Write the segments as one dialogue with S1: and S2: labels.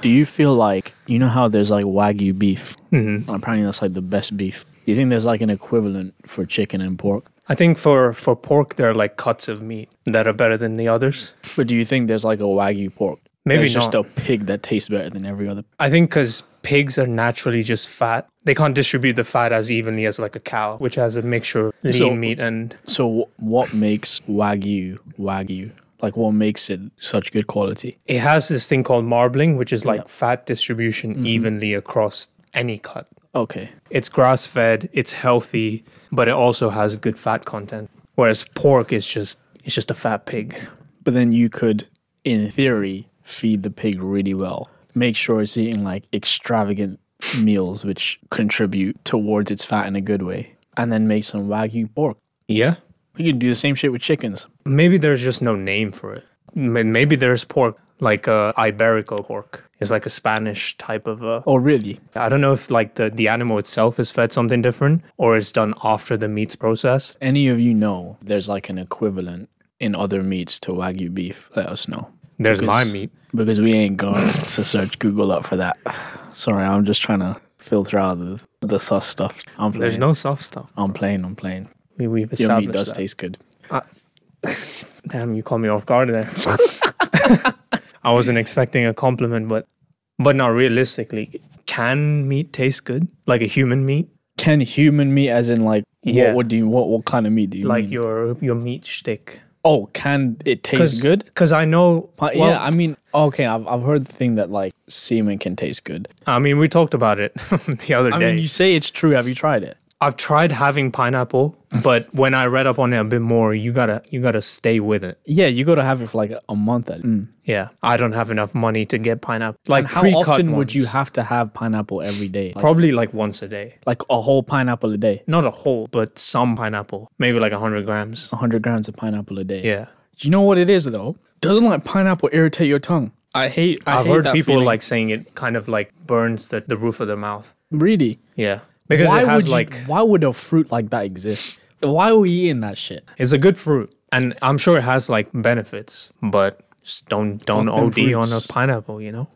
S1: Do you feel like you know how there's like wagyu beef?
S2: hmm
S1: And apparently that's like the best beef. Do you think there's like an equivalent for chicken and pork?
S2: I think for, for pork, there are like cuts of meat that are better than the others.
S1: But do you think there's like a wagyu pork?
S2: Maybe
S1: There's
S2: not.
S1: just a pig that tastes better than every other.
S2: I think because pigs are naturally just fat, they can't distribute the fat as evenly as like a cow, which has a mixture of lean
S1: So-
S2: meat and
S1: So wh- what makes wagyu wagyu? Like what makes it such good quality?
S2: it has this thing called marbling, which is like fat distribution
S1: Mm-hmm.
S2: evenly across any cut.
S1: Okay.
S2: It's grass fed, it's healthy, but it also has good fat content. Whereas pork is just it's just a fat pig.
S1: But then you could in theory feed the pig really well. Make sure it's eating like extravagant meals which contribute towards its fat in a good way and then make some wagyu pork.
S2: Yeah.
S1: We can do the same shit with chickens.
S2: Maybe there's just no name for it. May- Maybe there's pork like uh, Iberico pork. It's like a Spanish type of uh,
S1: Oh, really?
S2: I don't know if like the, the animal itself is fed something different or it's done after the meat's processed.
S1: Any of you know there's like an equivalent in other meats to Wagyu beef? Let us know.
S2: There's my
S1: Because-
S2: meat.
S1: Because we ain't going to search Google up for that. Sorry, I'm just trying to filter out the, the sus stuff. I'm playing.
S2: There's no soft stuff.
S1: I'm playing. I'm playing.
S2: We, we've
S1: Your
S2: established
S1: meat does
S2: that.
S1: taste good.
S2: Damn, you caught me off guard there. I wasn't expecting a compliment, but but not realistically, can meat taste good? Like a human meat,
S1: Can human meat, as in like,
S2: Yeah.
S1: what, what do you, what, what kind of meat do you
S2: like
S1: mean?
S2: your your meat shtick.
S1: oh, can it taste good?
S2: Because I know.
S1: Uh,
S2: well,
S1: yeah, I mean, okay, I've, I've heard the thing that like semen can taste good.
S2: I mean, we talked about it the other
S1: I
S2: day.
S1: mean, you say it's true. Have you tried it?
S2: I've tried having pineapple, but when I read up on it a bit more, you gotta you gotta stay with it.
S1: Yeah, you got to have it for like a month. At,
S2: Yeah, I don't have enough money to get pineapple. Like
S1: How
S2: Mm. pre-cut
S1: often would you
S2: ones.
S1: have to have pineapple every day? Like,
S2: Probably like once a day.
S1: like a whole pineapple a day,
S2: Not a whole, but some pineapple. Maybe like hundred grams.
S1: 100 grams of pineapple a day.
S2: Yeah,
S1: You know what it is though? Doesn't like pineapple irritate your tongue? I hate. I
S2: I've
S1: hate
S2: heard
S1: that
S2: people
S1: feeling.
S2: like saying it kind of like burns the, the roof of their mouth.
S1: really.
S2: Yeah, because
S1: Why
S2: it has
S1: would
S2: like
S1: you, Why would a fruit like that exist? Why are we eating that shit?
S2: it's a good fruit, and I'm sure it has like benefits, but just don't don't
S1: Fuck them
S2: OD on a
S1: fruits.
S2: pineapple. You know,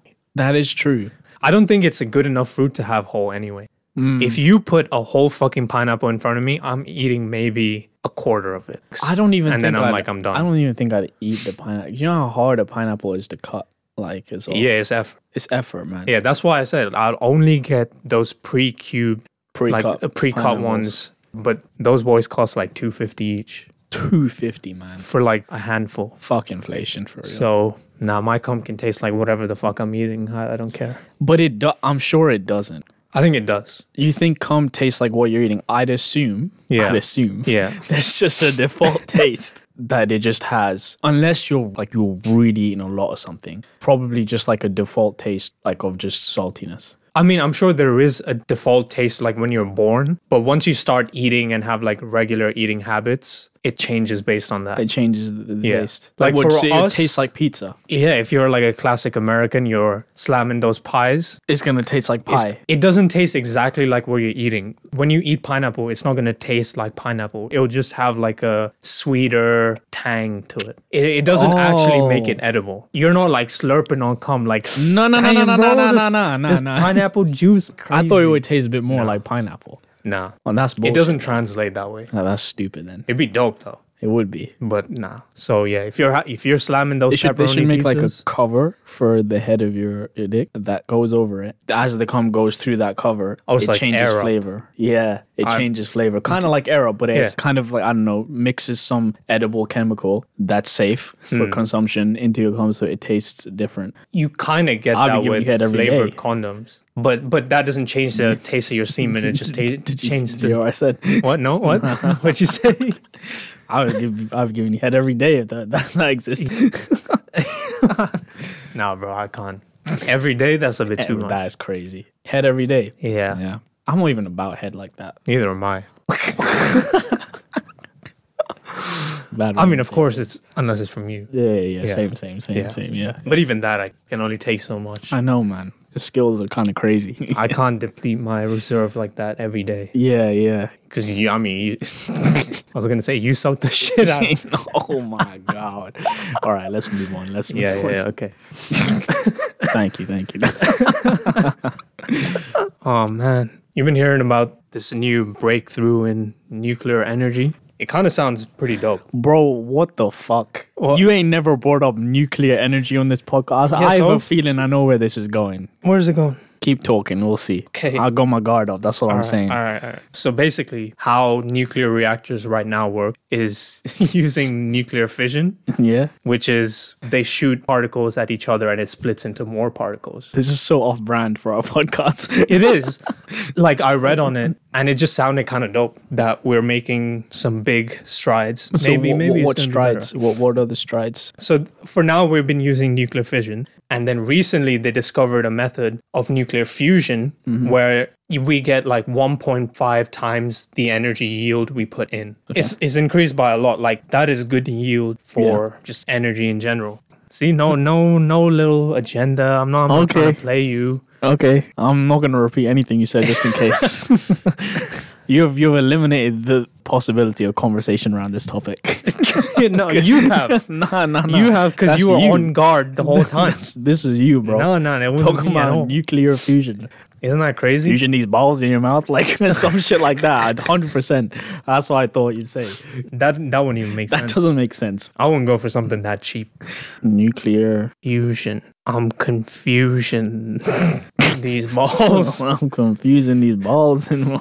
S1: That is true.
S2: I don't think it's a good enough fruit to have whole anyway.
S1: Hmm.
S2: If you put a whole fucking pineapple in front of me, I'm eating maybe a quarter of it.
S1: I don't even.
S2: And
S1: think
S2: then I'm
S1: I'd-
S2: like, I'm done.
S1: I don't even think I'd eat the pineapple. You know how hard a pineapple is to cut. Like it's all,
S2: yeah, it's effort.
S1: it's effort, man.
S2: Yeah, that's why I said I'll only get those pre-cubed,
S1: Pre-cut
S2: like uh, pre-cut
S1: pineapples.
S2: ones. But those boys cost like two fifty each
S1: Two fifty, man.
S2: for like a handful.
S1: Fuck inflation for real.
S2: So now my cum can taste like whatever the fuck I'm eating. I, I don't care.
S1: but it. Do- I'm sure it doesn't.
S2: I think it does.
S1: You think cum tastes like what you're eating? I'd assume.
S2: Yeah.
S1: I'd assume.
S2: Yeah.
S1: There's just a default taste that it just has, unless you're like you're really eating a lot or something. Probably just like a default taste, like of just saltiness.
S2: I mean, I'm sure there is a default taste like when you're born, but once you start eating and have like regular eating habits, it changes based on that.
S1: It changes the, the
S2: Yeah.
S1: taste.
S2: Like,
S1: what,
S2: for
S1: so
S2: us-
S1: it tastes like pizza.
S2: Yeah, if you're like a classic American, you're slamming those pies.
S1: It's gonna taste like
S2: It's-
S1: pie.
S2: It doesn't taste exactly like what you're eating. When you eat pineapple, it's not gonna taste like pineapple. It'll just have like a sweeter tang to it. It, it doesn't actually make it edible. You're not like slurping on cum like
S1: Oh. No, no, no, no,
S2: "Damn,
S1: no, no,
S2: bro,
S1: no,
S2: this-
S1: no, no,
S2: this
S1: no."
S2: Pineapple juice.
S1: I thought it
S2: crazy."
S1: would taste a bit more like pineapple.
S2: nah.
S1: Well, that's bullshit.
S2: It doesn't translate that way.
S1: Oh, that's stupid. Then
S2: It'd be dope though,
S1: it would be.
S2: but nah. So yeah, if you're ha- if you're slamming those
S1: They should, they
S2: pepperoni
S1: should make like a
S2: pizzas-
S1: cover for the head of your dick that goes over it. As the cum goes through that cover,
S2: Oh, it's
S1: it
S2: like
S1: changes
S2: air up.
S1: flavor. Yeah, it changes flavor. Kind of like arrow, but it's
S2: Yeah.
S1: kind of like, I don't know, mixes some edible chemical that's safe
S2: Hmm.
S1: for consumption into your cum so it tastes different.
S2: you kind of get
S1: I'll be
S2: that
S1: giving
S2: with
S1: you head every
S2: flavored
S1: day.
S2: condoms, but but that doesn't change the taste of your semen. It just ta-
S1: Did you
S2: changes
S1: hear
S2: the
S1: what I said?
S2: what? No, what? What'd you say?
S1: I would give, I've given you head every day if that, that, that existed.
S2: nah, bro, I can't. Every day, that's a bit too much.
S1: that is crazy. Head every day.
S2: Yeah,
S1: Yeah. I'm not even about head like that.
S2: neither am I.
S1: Bad
S2: I
S1: one,
S2: mean, of
S1: same.
S2: course, it's unless it's from you.
S1: Yeah, yeah, yeah,
S2: Yeah.
S1: Same, same, same,
S2: Yeah.
S1: same. Yeah.
S2: But even that, I can only take so much.
S1: I know, man. The skills are kind of crazy.
S2: I can't deplete my reserve like that every day.
S1: yeah, yeah.
S2: Cause you, I mean, you, I was gonna say you suck the shit out. of me.
S1: oh my god. All right, let's move on. Let's move
S2: Yeah,
S1: on.
S2: yeah, yeah, okay.
S1: Thank you, thank you.
S2: Oh man, you've been hearing about this new breakthrough in nuclear energy. It kind of sounds pretty dope.
S1: Bro, what the fuck?
S2: What?
S1: You ain't never brought up nuclear energy on this podcast.
S2: Yes,
S1: I have
S2: so-
S1: a feeling I know where this is going.
S2: Where's it going?
S1: Keep talking, we'll see.
S2: 'Kay.
S1: I'll go my guard up. That's what I'm saying.
S2: All right, all right. So basically, how nuclear reactors right now work is using nuclear fission,
S1: Yeah.
S2: which is they shoot particles at each other and it splits into more particles.
S1: This is so off brand for our podcast.
S2: It is. like I read on it and it just sounded kind of dope that we're making some big strides. maybe
S1: wh-
S2: maybe
S1: wh-
S2: it's
S1: what
S2: gonna be better.
S1: strides? What what are the strides?
S2: So th- for now, we've been using nuclear fission, and then recently they discovered a method of nuclear fusion
S1: Mm-hmm.
S2: where y- we get like 1.5 times the energy yield we put in. It's, it's increased by a lot. Like that is good yield for just energy in general. See, no, no, no little agenda. I'm not, I'm not trying to
S1: Okay.
S2: play you.
S1: Okay, I'm not gonna repeat anything you said just in case. you've you've eliminated the possibility of conversation around this topic.
S2: no, you have,
S1: nah, nah, nah.
S2: you have, because
S1: That's
S2: you were on guard the whole time.
S1: That's- This is you, bro.
S2: No, no, it wasn't
S1: Talking
S2: me at all.
S1: about nuclear fusion,
S2: Isn't that crazy?
S1: fusion these balls in your mouth, like some shit like that. Hundred percent. That's what I thought you'd say.
S2: That that wouldn't even make
S1: That
S2: sense.
S1: doesn't make sense.
S2: I wouldn't go for something that cheap.
S1: Nuclear.
S2: confusion. I'm confusion. These balls.
S1: I'm confusing these balls and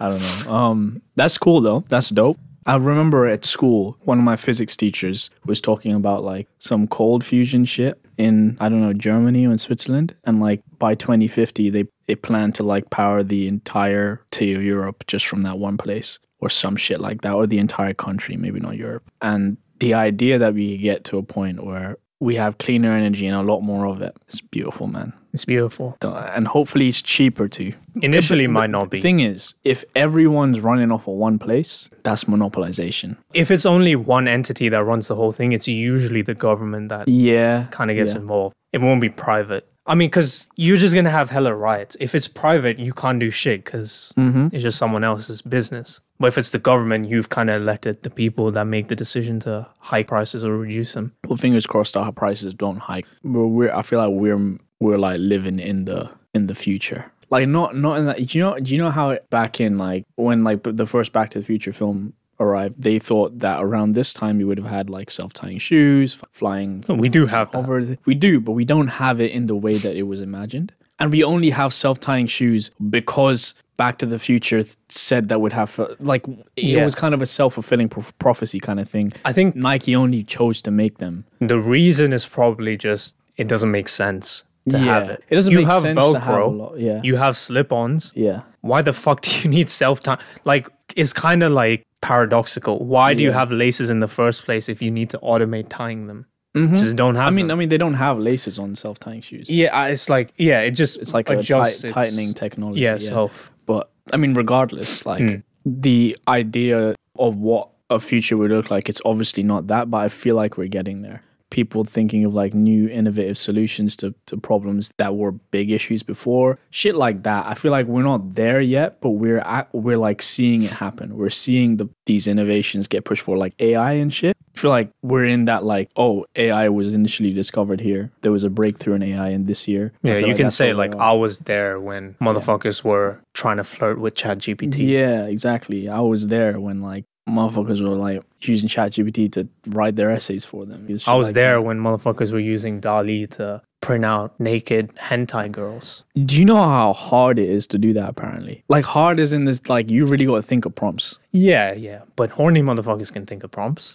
S1: I don't know. Um, that's cool though. That's dope. I remember at school, one of my physics teachers was talking about like some cold fusion shit in I don't know Germany or in Switzerland, and like by 2050 they they plan to like power the entire T of Europe just from that one place or some shit like that, or the entire country, maybe not Europe. And the idea that we could get to a point where we have cleaner energy and a lot more of it. It's beautiful, man.
S2: It's beautiful.
S1: Don't- and hopefully it's cheaper too.
S2: Initially, might not
S1: The
S2: be.
S1: thing is, if everyone's running off of one place, that's monopolization.
S2: if it's only one entity that runs the whole thing, it's usually the government that
S1: Yeah,
S2: kind of gets involved. It won't be private. I mean, because you're just gonna have hella riots. If it's private, you can't do shit because it's just someone else's business. But if it's the government, you've kind of elected the people that make the decision to hike prices or reduce them.
S1: Well, fingers crossed our prices don't hike. We're, we're I feel like we're we're like living in the in the future. Like not not in that. Do you know? Do you know how it- back in like when like the first Back to the Future film arrived, they thought that around this time you would have had like self tying shoes, f- flying
S2: We do have that.
S1: over the, we do but we don't have it in the way that it was imagined and we only have self-tying shoes because back to the future th- said that would have uh, like it
S2: Yeah.
S1: was kind of a self-fulfilling pro- prophecy kind of thing
S2: I think
S1: nike only chose to make them
S2: The reason is probably just it doesn't make sense to
S1: Yeah.
S2: have it.
S1: It doesn't
S2: you
S1: make
S2: have
S1: sense to
S2: Velcro,
S1: have a lot- yeah.
S2: You have slip-ons.
S1: yeah
S2: Why the fuck do you need self-time? Like it's kind of like paradoxical. Why do you
S1: Yeah.
S2: have laces in the first place if you need to automate tying them? Just don't have.
S1: Mm-hmm. i mean i
S2: them.
S1: mean they don't have laces on self-tying shoes
S2: yeah, I- it's like yeah, it just
S1: it's like a tight,
S2: adjusts its-
S1: tightening technology
S2: Yeah, self.
S1: but i mean regardless like
S2: Hmm.
S1: the idea of what a future would look like it's obviously not that but i feel like we're getting there people thinking of like new innovative solutions to, to problems that were big issues before shit like that i feel like we're not there yet but we're at, we're like seeing it happen we're seeing the these innovations get pushed for like ai and shit I feel like we're in that like oh ai was initially discovered here there was a breakthrough in ai in this year I
S2: Yeah,
S1: feel
S2: you
S1: like
S2: can
S1: that's
S2: say
S1: where we
S2: like
S1: are.
S2: I was there when motherfuckers were trying to flirt with ChatGPT.
S1: Yeah, exactly. I was there when like motherfuckers were like using ChatGPT to write their essays for them. It
S2: I
S1: shit
S2: was
S1: like
S2: there when motherfuckers were using Dali to print out naked hentai girls.
S1: that. Do you know how hard it is to do that? Apparently, like hard is in this like you really got to think of prompts.
S2: Yeah, yeah. But horny motherfuckers can think of prompts.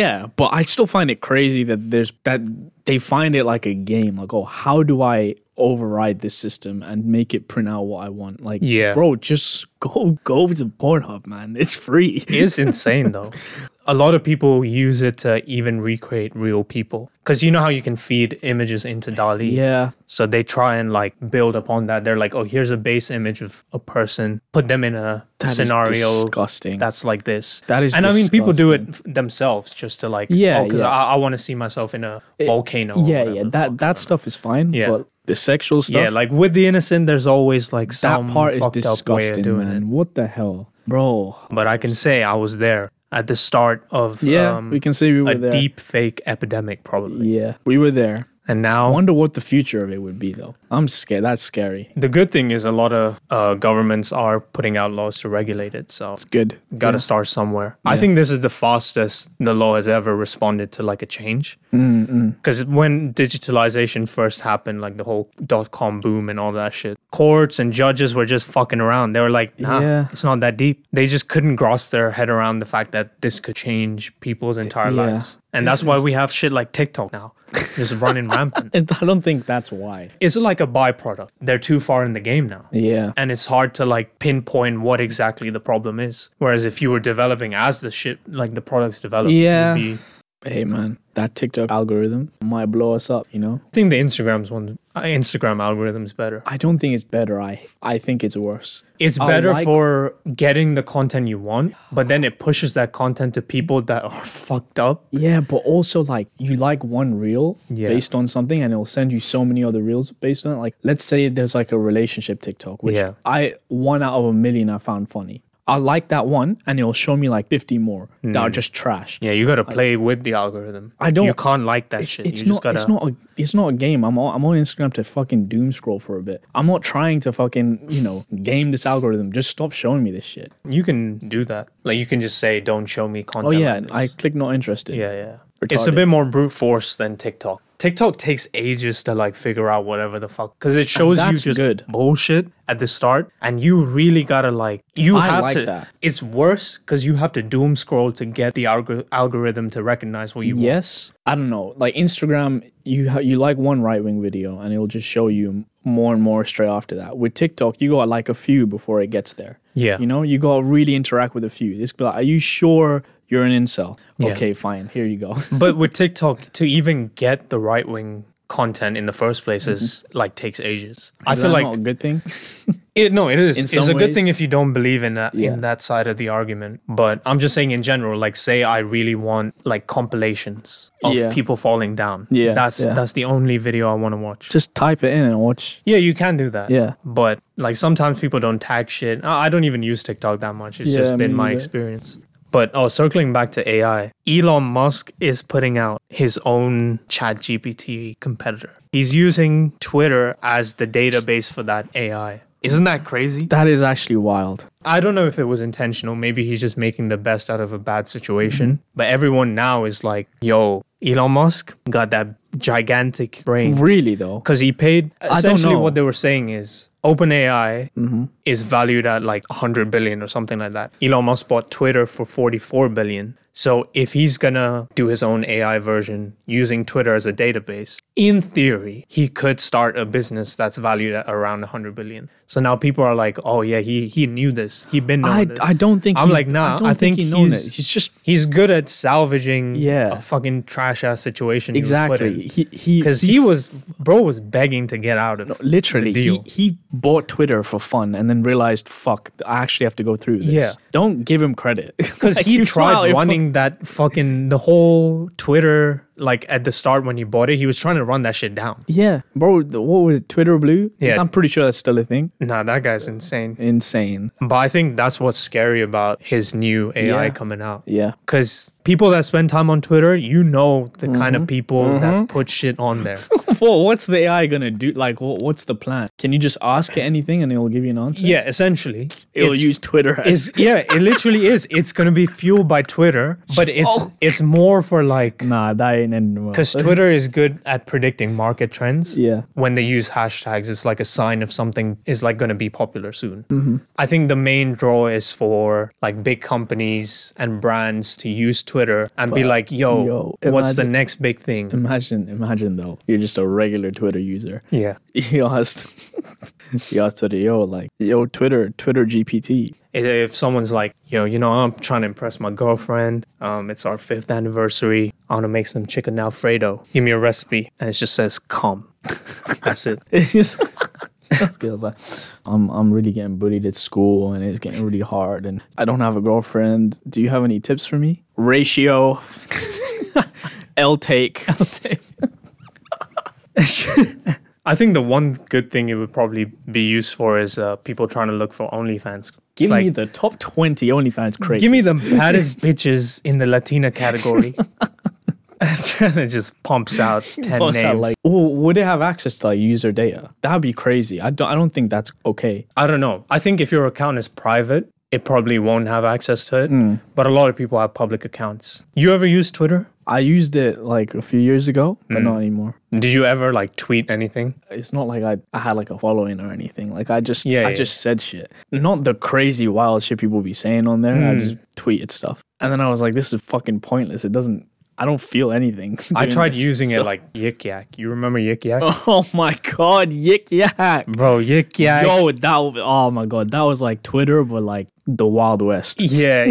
S1: Yeah, but I still find it crazy that there's that they find it like a game. Like, oh, how do I override this system and make it print out what I want? Like,
S2: Yeah.
S1: bro, just go go to Pornhub, man. It's free.
S2: It is insane though. A lot of people use it to even recreate real people. Because you know how you can feed images into DALI?
S1: Yeah,
S2: So they try and like build upon that. They're like, oh, here's a base image of a person, put them in a
S1: that is
S2: scenario
S1: disgusting.
S2: that's like this.
S1: That is
S2: And I mean, people do it f- themselves just to like,
S1: Yeah,
S2: yeah, because
S1: yeah.
S2: I, I want to see myself in a volcano. or
S1: yeah, yeah.
S2: whatever.
S1: That that stuff is fine.
S2: Yeah.
S1: But the sexual stuff,
S2: Yeah, like with the innocent, there's always like
S1: that
S2: some
S1: part is
S2: fucked up way of
S1: disgusting,
S2: doing it.
S1: man. What the hell, bro?
S2: but I can say I was there at the start of
S1: Yeah,
S2: um,
S1: we can say we were
S2: a
S1: there.
S2: deep fake epidemic, probably.
S1: yeah, we were there.
S2: And
S1: I
S2: now
S1: wonder what the future of it would be, though. I'm scared. That's scary.
S2: the good thing is a lot of uh, governments are putting out laws to regulate it. So
S1: It's good.
S2: got to start somewhere. I think this is the fastest the law has ever responded to like a change.
S1: Mm,
S2: Because when digitalization first happened, like the whole dot com boom and all that shit, courts and judges were just fucking around. They were like, nah,
S1: Yeah.
S2: it's not that deep. They just couldn't grasp their head around the fact that this could change people's entire
S1: yeah.
S2: lives. And that's why we have shit like TikTok now, just running rampant.
S1: And I don't think that's why.
S2: It's like a byproduct. They're too far in the game now
S1: Yeah.
S2: and it's hard to like pinpoint what exactly the problem is. Whereas if you were developing as the shit, like the products developed,
S1: Yeah.
S2: Be,
S1: Hey, man, that TikTok algorithm might blow us up, you know?
S2: I think the Instagram's one, uh, Instagram algorithm's better.
S1: I don't think it's better. I I think it's worse.
S2: It's
S1: I
S2: better
S1: like-
S2: for getting the content you want, but then it pushes that content to people that are fucked up.
S1: Yeah, but also like you like one reel
S2: Yeah.
S1: based on something and it'll send you so many other reels based on it. Like let's say there's like a relationship TikTok, which
S2: Yeah.
S1: I one out of a million I found funny. I like that one and it'll show me like 50 more that are just trash.
S2: Mm. Yeah, you gotta play with the algorithm.
S1: I don't-
S2: You can't like that
S1: It's,
S2: shit.
S1: it's
S2: you just
S1: not.
S2: gotta.
S1: It's not. A, it's not a game. I'm. On, I'm on Instagram to fucking doom scroll for a bit. I'm not trying to fucking you know game this algorithm. Just stop showing me this shit.
S2: You can do that. Like you can just say, "Don't show me content."
S1: Oh yeah,
S2: like
S1: I
S2: this."
S1: click not interested.
S2: Yeah, yeah. It's a
S1: Retarded.
S2: bit more brute force than TikTok. TikTok takes ages to like figure out whatever the fuck because it shows you
S1: that's
S2: just
S1: good.
S2: bullshit at the start, and you really gotta like you
S1: I
S2: have
S1: like
S2: to.
S1: that.
S2: It's worse because you have to doom scroll to get the algor- algorithm to recognize what you want.
S1: Yes, I don't know. Like Instagram, you ha- you like one right wing video, and it'll just show you m- more and more straight after that. With TikTok, you got like a few before it gets there.
S2: Yeah.
S1: you know, you got to really interact with a few. It's be like, are you sure you're an incel? Okay, fine. Here you go.
S2: but with TikTok, to even get the right wing content in the first place is like takes ages. I
S1: Mm-hmm. Is
S2: feel
S1: that
S2: like
S1: not a good thing.
S2: It, no, it is. It's
S1: some
S2: a good thing
S1: ways.
S2: if you don't believe in that
S1: Yeah.
S2: in that side of the argument. But I'm just saying in general, like say I really want like compilations of
S1: Yeah.
S2: people falling down.
S1: Yeah,
S2: That's
S1: yeah.
S2: that's the only video I want to watch.
S1: Just type it in and watch.
S2: Yeah, you can do that.
S1: Yeah.
S2: But like sometimes people don't tag shit. I I don't even use TikTok that much. It's
S1: Yeah,
S2: just been
S1: me
S2: my
S1: neither.
S2: experience. But oh, circling back to AI, Elon Musk is putting out his own ChatGPT competitor. He's using Twitter as the database for that AI. Isn't that crazy?
S1: That is actually wild.
S2: I don't know if it was intentional. Maybe he's just making the best out of a bad situation. But everyone now is like, yo, Elon Musk got that gigantic brain.
S1: Really though.
S2: Because he paid.
S1: don't
S2: Essentially,
S1: know. Mm-hmm.
S2: what they were saying is OpenAI is valued at like 100 billion or something like that. Elon Musk bought Twitter for 44 billion. So if he's gonna do his own AI version using Twitter as a database, in theory, he could start a business that's valued at around 100 billion. So now people are like, "Oh yeah, he he knew this. He been knowing
S1: I,
S2: this."
S1: I don't think
S2: I'm
S1: he's-
S2: like, nah.
S1: I, don't think, he knows
S2: he's,
S1: it. He's just
S2: he's good at salvaging
S1: Yeah.
S2: a fucking trash ass situation. he was put in
S1: exactly he he
S2: because he was bro was begging to get out of
S1: Literally,
S2: the
S1: he,
S2: deal.
S1: he bought Twitter for fun and then realized, fuck, I actually have to go through this.
S2: Yeah.
S1: Don't give him credit.
S2: because
S1: Like,
S2: he
S1: you smile,
S2: tried
S1: you're
S2: running that fucking the whole Twitter like at the start when he bought it he was trying to run that shit down.
S1: fuck- yeah. Bro, the- what was it? Twitter Blue? 'Cause
S2: Yeah.
S1: I'm pretty sure that's still a thing.
S2: Nah, that guy's insane.
S1: Insane.
S2: But I think that's what's scary about his new AI
S1: Yeah.
S2: coming out.
S1: Yeah.
S2: Because people that spend time on Twitter, you know the kind
S1: Mm-hmm.
S2: of people that put shit on there.
S1: Well, what's the AI going to do? Like, wha- what's the plan? Can you just ask it anything and it'll give you an answer?
S2: yeah, essentially,
S1: It'll
S2: it's-
S1: use Twitter as.
S2: It's, yeah, it literally is. It's gonna be fueled by Twitter, but it's
S1: Oh.
S2: it's more for like
S1: nah, that ain't ending well.
S2: Because Twitter is good at predicting market trends.
S1: Yeah.
S2: When they use hashtags, it's like a sign of something is like going to be popular soon.
S1: Mm-hmm.
S2: I think the main draw is for like big companies and brands to use Twitter and be like, yo,
S1: yo,
S2: what's the
S1: imagine-
S2: next big thing?
S1: Imagine, imagine though, you're just a regular Twitter user.
S2: Yeah.
S1: You asked, you asked Twitter, yo, like, yo, Twitter, Twitter GPT.
S2: If- If someone's like, yo, you know, I'm trying to impress my girlfriend. Um, it's our fifth anniversary. I want to make some chicken Alfredo. Give me a recipe. And it just says, come. That's it.
S1: It's just that's good. It's Like, I'm I'm really getting bullied at school, and it's getting really hard. And I don't have a girlfriend. Do you have any tips for me? Ratio, L take.
S2: I think the one good thing it would probably be used for is uh, people trying to look for OnlyFans.
S1: Give
S2: It's like,
S1: me the top twenty OnlyFans creators.
S2: give me the baddest bitches in the Latina category. it just pumps out 10
S1: Bust
S2: names.
S1: out, like, ooh, would they have access to like user data? That'd be crazy. I don't. I don't think that's okay.
S2: I don't know. I think if your account is private, it probably won't have access to it.
S1: Hmm.
S2: But a lot of people have public accounts. You ever use Twitter?
S1: I used it like a few years ago, but not anymore.
S2: Did you ever like tweet anything?
S1: It's not like I, I had like a following or anything. Like I just
S2: Yeah,
S1: I
S2: yeah,
S1: just said shit. Not the crazy wild shit people be saying on there.
S2: Hmm.
S1: I just tweeted stuff. And then I was like, this is fucking pointless. It doesn't I don't feel anything.
S2: I
S1: doing
S2: tried
S1: this.
S2: using
S1: So-
S2: it like Yik Yak. You remember Yik Yak?
S1: Oh my god, yik yak.
S2: Bro, Yik Yak.
S1: Yo, that w- oh my god, that was like Twitter but like the Wild West.
S2: Yeah,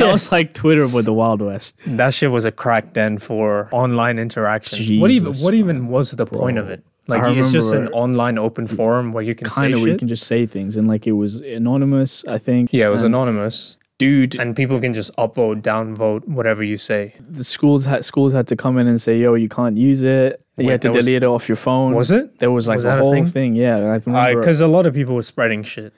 S1: that was like Twitter but the Wild West.
S2: that shit was a crack then for online interactions. what even
S1: Jesus,
S2: what even was the point of it? Like
S1: I
S2: it's just an
S1: remember-
S2: online open forum where you can say
S1: Kind of where you
S2: shit.
S1: can just say things and like it was anonymous, I think.
S2: yeah, it was
S1: and
S2: anonymous,
S1: dude.
S2: and people can just upvote, downvote, whatever you say.
S1: the schools had schools had to come in and say, "Yo, you can't use it. you
S2: Wait,
S1: had to
S2: there was-
S1: delete it off your phone."
S2: Was it?
S1: There was like
S2: Was
S1: a
S2: that a
S1: whole thing?
S2: thing?
S1: Yeah, I remember.
S2: Because a lot of people were spreading shit.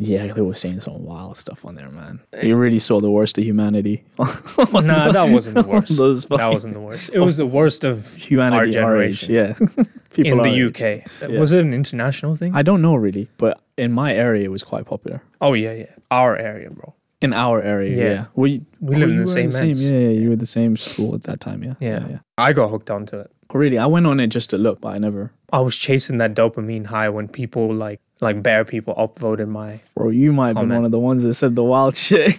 S1: yeah, they were saying some wild stuff on there, man. You really saw the worst of humanity. On
S2: Eh. Nah, that wasn't the worst.
S1: those
S2: that
S1: fucking-
S2: wasn't the worst. It was the worst of our
S1: humanity, our age,
S2: generation
S1: yeah. People
S2: in
S1: our age.
S2: the UK. Was it an international thing?
S1: I don't know really, but in my area, it was quite popular.
S2: oh yeah, yeah. Our area, bro.
S1: In our area, yeah,
S2: Yeah.
S1: we
S2: We
S1: oh,
S2: live
S1: you
S2: in the
S1: were
S2: same mess.
S1: Yeah, yeah, you were the same school at that time. Yeah,
S2: Yeah. I got hooked onto it.
S1: Really, I went on it just to look, but I never.
S2: I was chasing that dopamine high when people like like bare people upvoted my
S1: Bro, you might have been
S2: Comment.
S1: one of the ones that said the wild shit.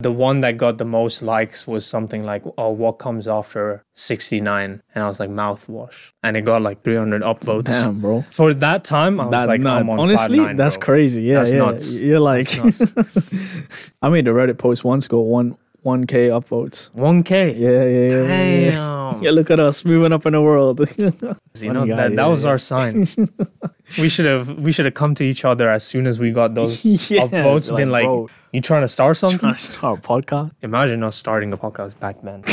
S2: the one that got the most likes was something like oh what comes after 69 and I was like mouthwash and it got like 300 upvotes.
S1: Damn, bro.
S2: For that time I was
S1: That-
S2: like
S1: no,
S2: I'm on
S1: honestly,
S2: 5'9",,
S1: that's
S2: bro.
S1: crazy. Yeah,
S2: That's
S1: yeah.
S2: nuts.
S1: You're like, I made a Reddit post once, got one one k upvotes.
S2: 1k.
S1: Yeah, yeah, yeah. yeah, yeah.
S2: Damn.
S1: Yeah, look at us moving up in the world.
S2: You know,
S1: Funny guy,
S2: that, that
S1: yeah,
S2: was
S1: yeah.
S2: our sign. we should have we should have come to each other as soon as we got those
S1: Yeah,
S2: upvotes.
S1: like,
S2: been like,
S1: bro.
S2: you trying to start something?
S1: Trying to start a podcast.
S2: Imagine us starting a podcast back then.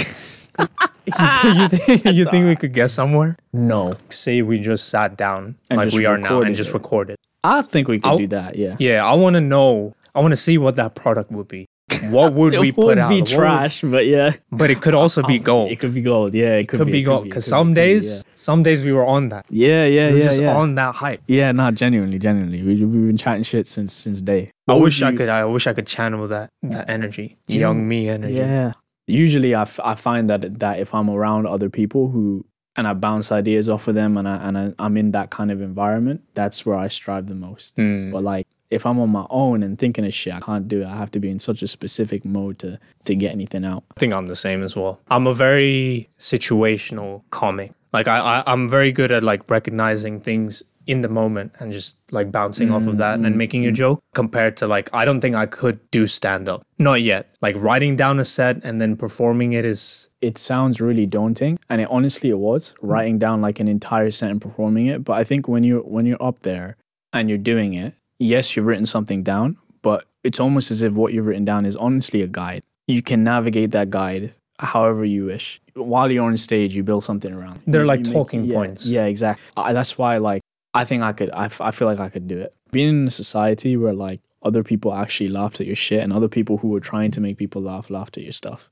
S2: you think, you think we could get somewhere?
S1: No,
S2: Say we just sat down
S1: And
S2: like
S1: just
S2: we are now
S1: recorded
S2: and just
S1: it.
S2: recorded.
S1: I think we could
S2: I'll-
S1: do that. Yeah,
S2: Yeah, I want to know. I want to see what that product would be. What would
S1: it
S2: we
S1: would
S2: put out?
S1: be
S2: What would-
S1: trash, but yeah,
S2: but it could also be gold.
S1: it
S2: It
S1: could be gold. Yeah, it could,
S2: could be
S1: it
S2: gold
S1: it
S2: because
S1: could
S2: some
S1: it could be,
S2: days, some days we were on that.
S1: yeah, yeah, yeah,
S2: We were
S1: yeah.
S2: just
S1: yeah.
S2: on that hype.
S1: yeah, nah, genuinely, genuinely, we, we've been chatting shit since since day.
S2: I
S1: What would
S2: wish I
S1: you-
S2: could. I wish I could channel that that energy, young me energy.
S1: Yeah. Usually, I, f- I find that that if I'm around other people who and I bounce ideas off of them and I and I, I'm in that kind of environment, that's where I strive the most.
S2: Mm.
S1: But like if I'm on my own and thinking of shit, I can't do it. I have to be in such a specific mode to to get anything out.
S2: I think I'm the same as well. I'm a very situational comic. Like I, I I'm very good at like recognizing things in the moment and just like bouncing off of that and making a joke compared to like I don't think I could do stand up. Not yet. Like writing down a set and then performing it is
S1: It sounds really daunting, and it honestly it was
S2: Hmm.
S1: writing down like an entire set and performing it. But I think when you when you're up there and you're doing it, yes, you've written something down, but it's almost as if what you've written down is honestly a guide. You can navigate that guide however you wish. While you're on stage, you build something around. it.
S2: They're
S1: You-
S2: like
S1: you make-
S2: talking
S1: yeah,
S2: points.
S1: Yeah, exactly. I, that's why, like, I think I could. I, f- I feel like I could do it. Being in a society where like other people actually laughed at your shit, and other people who were trying to make people laugh laughed at your stuff.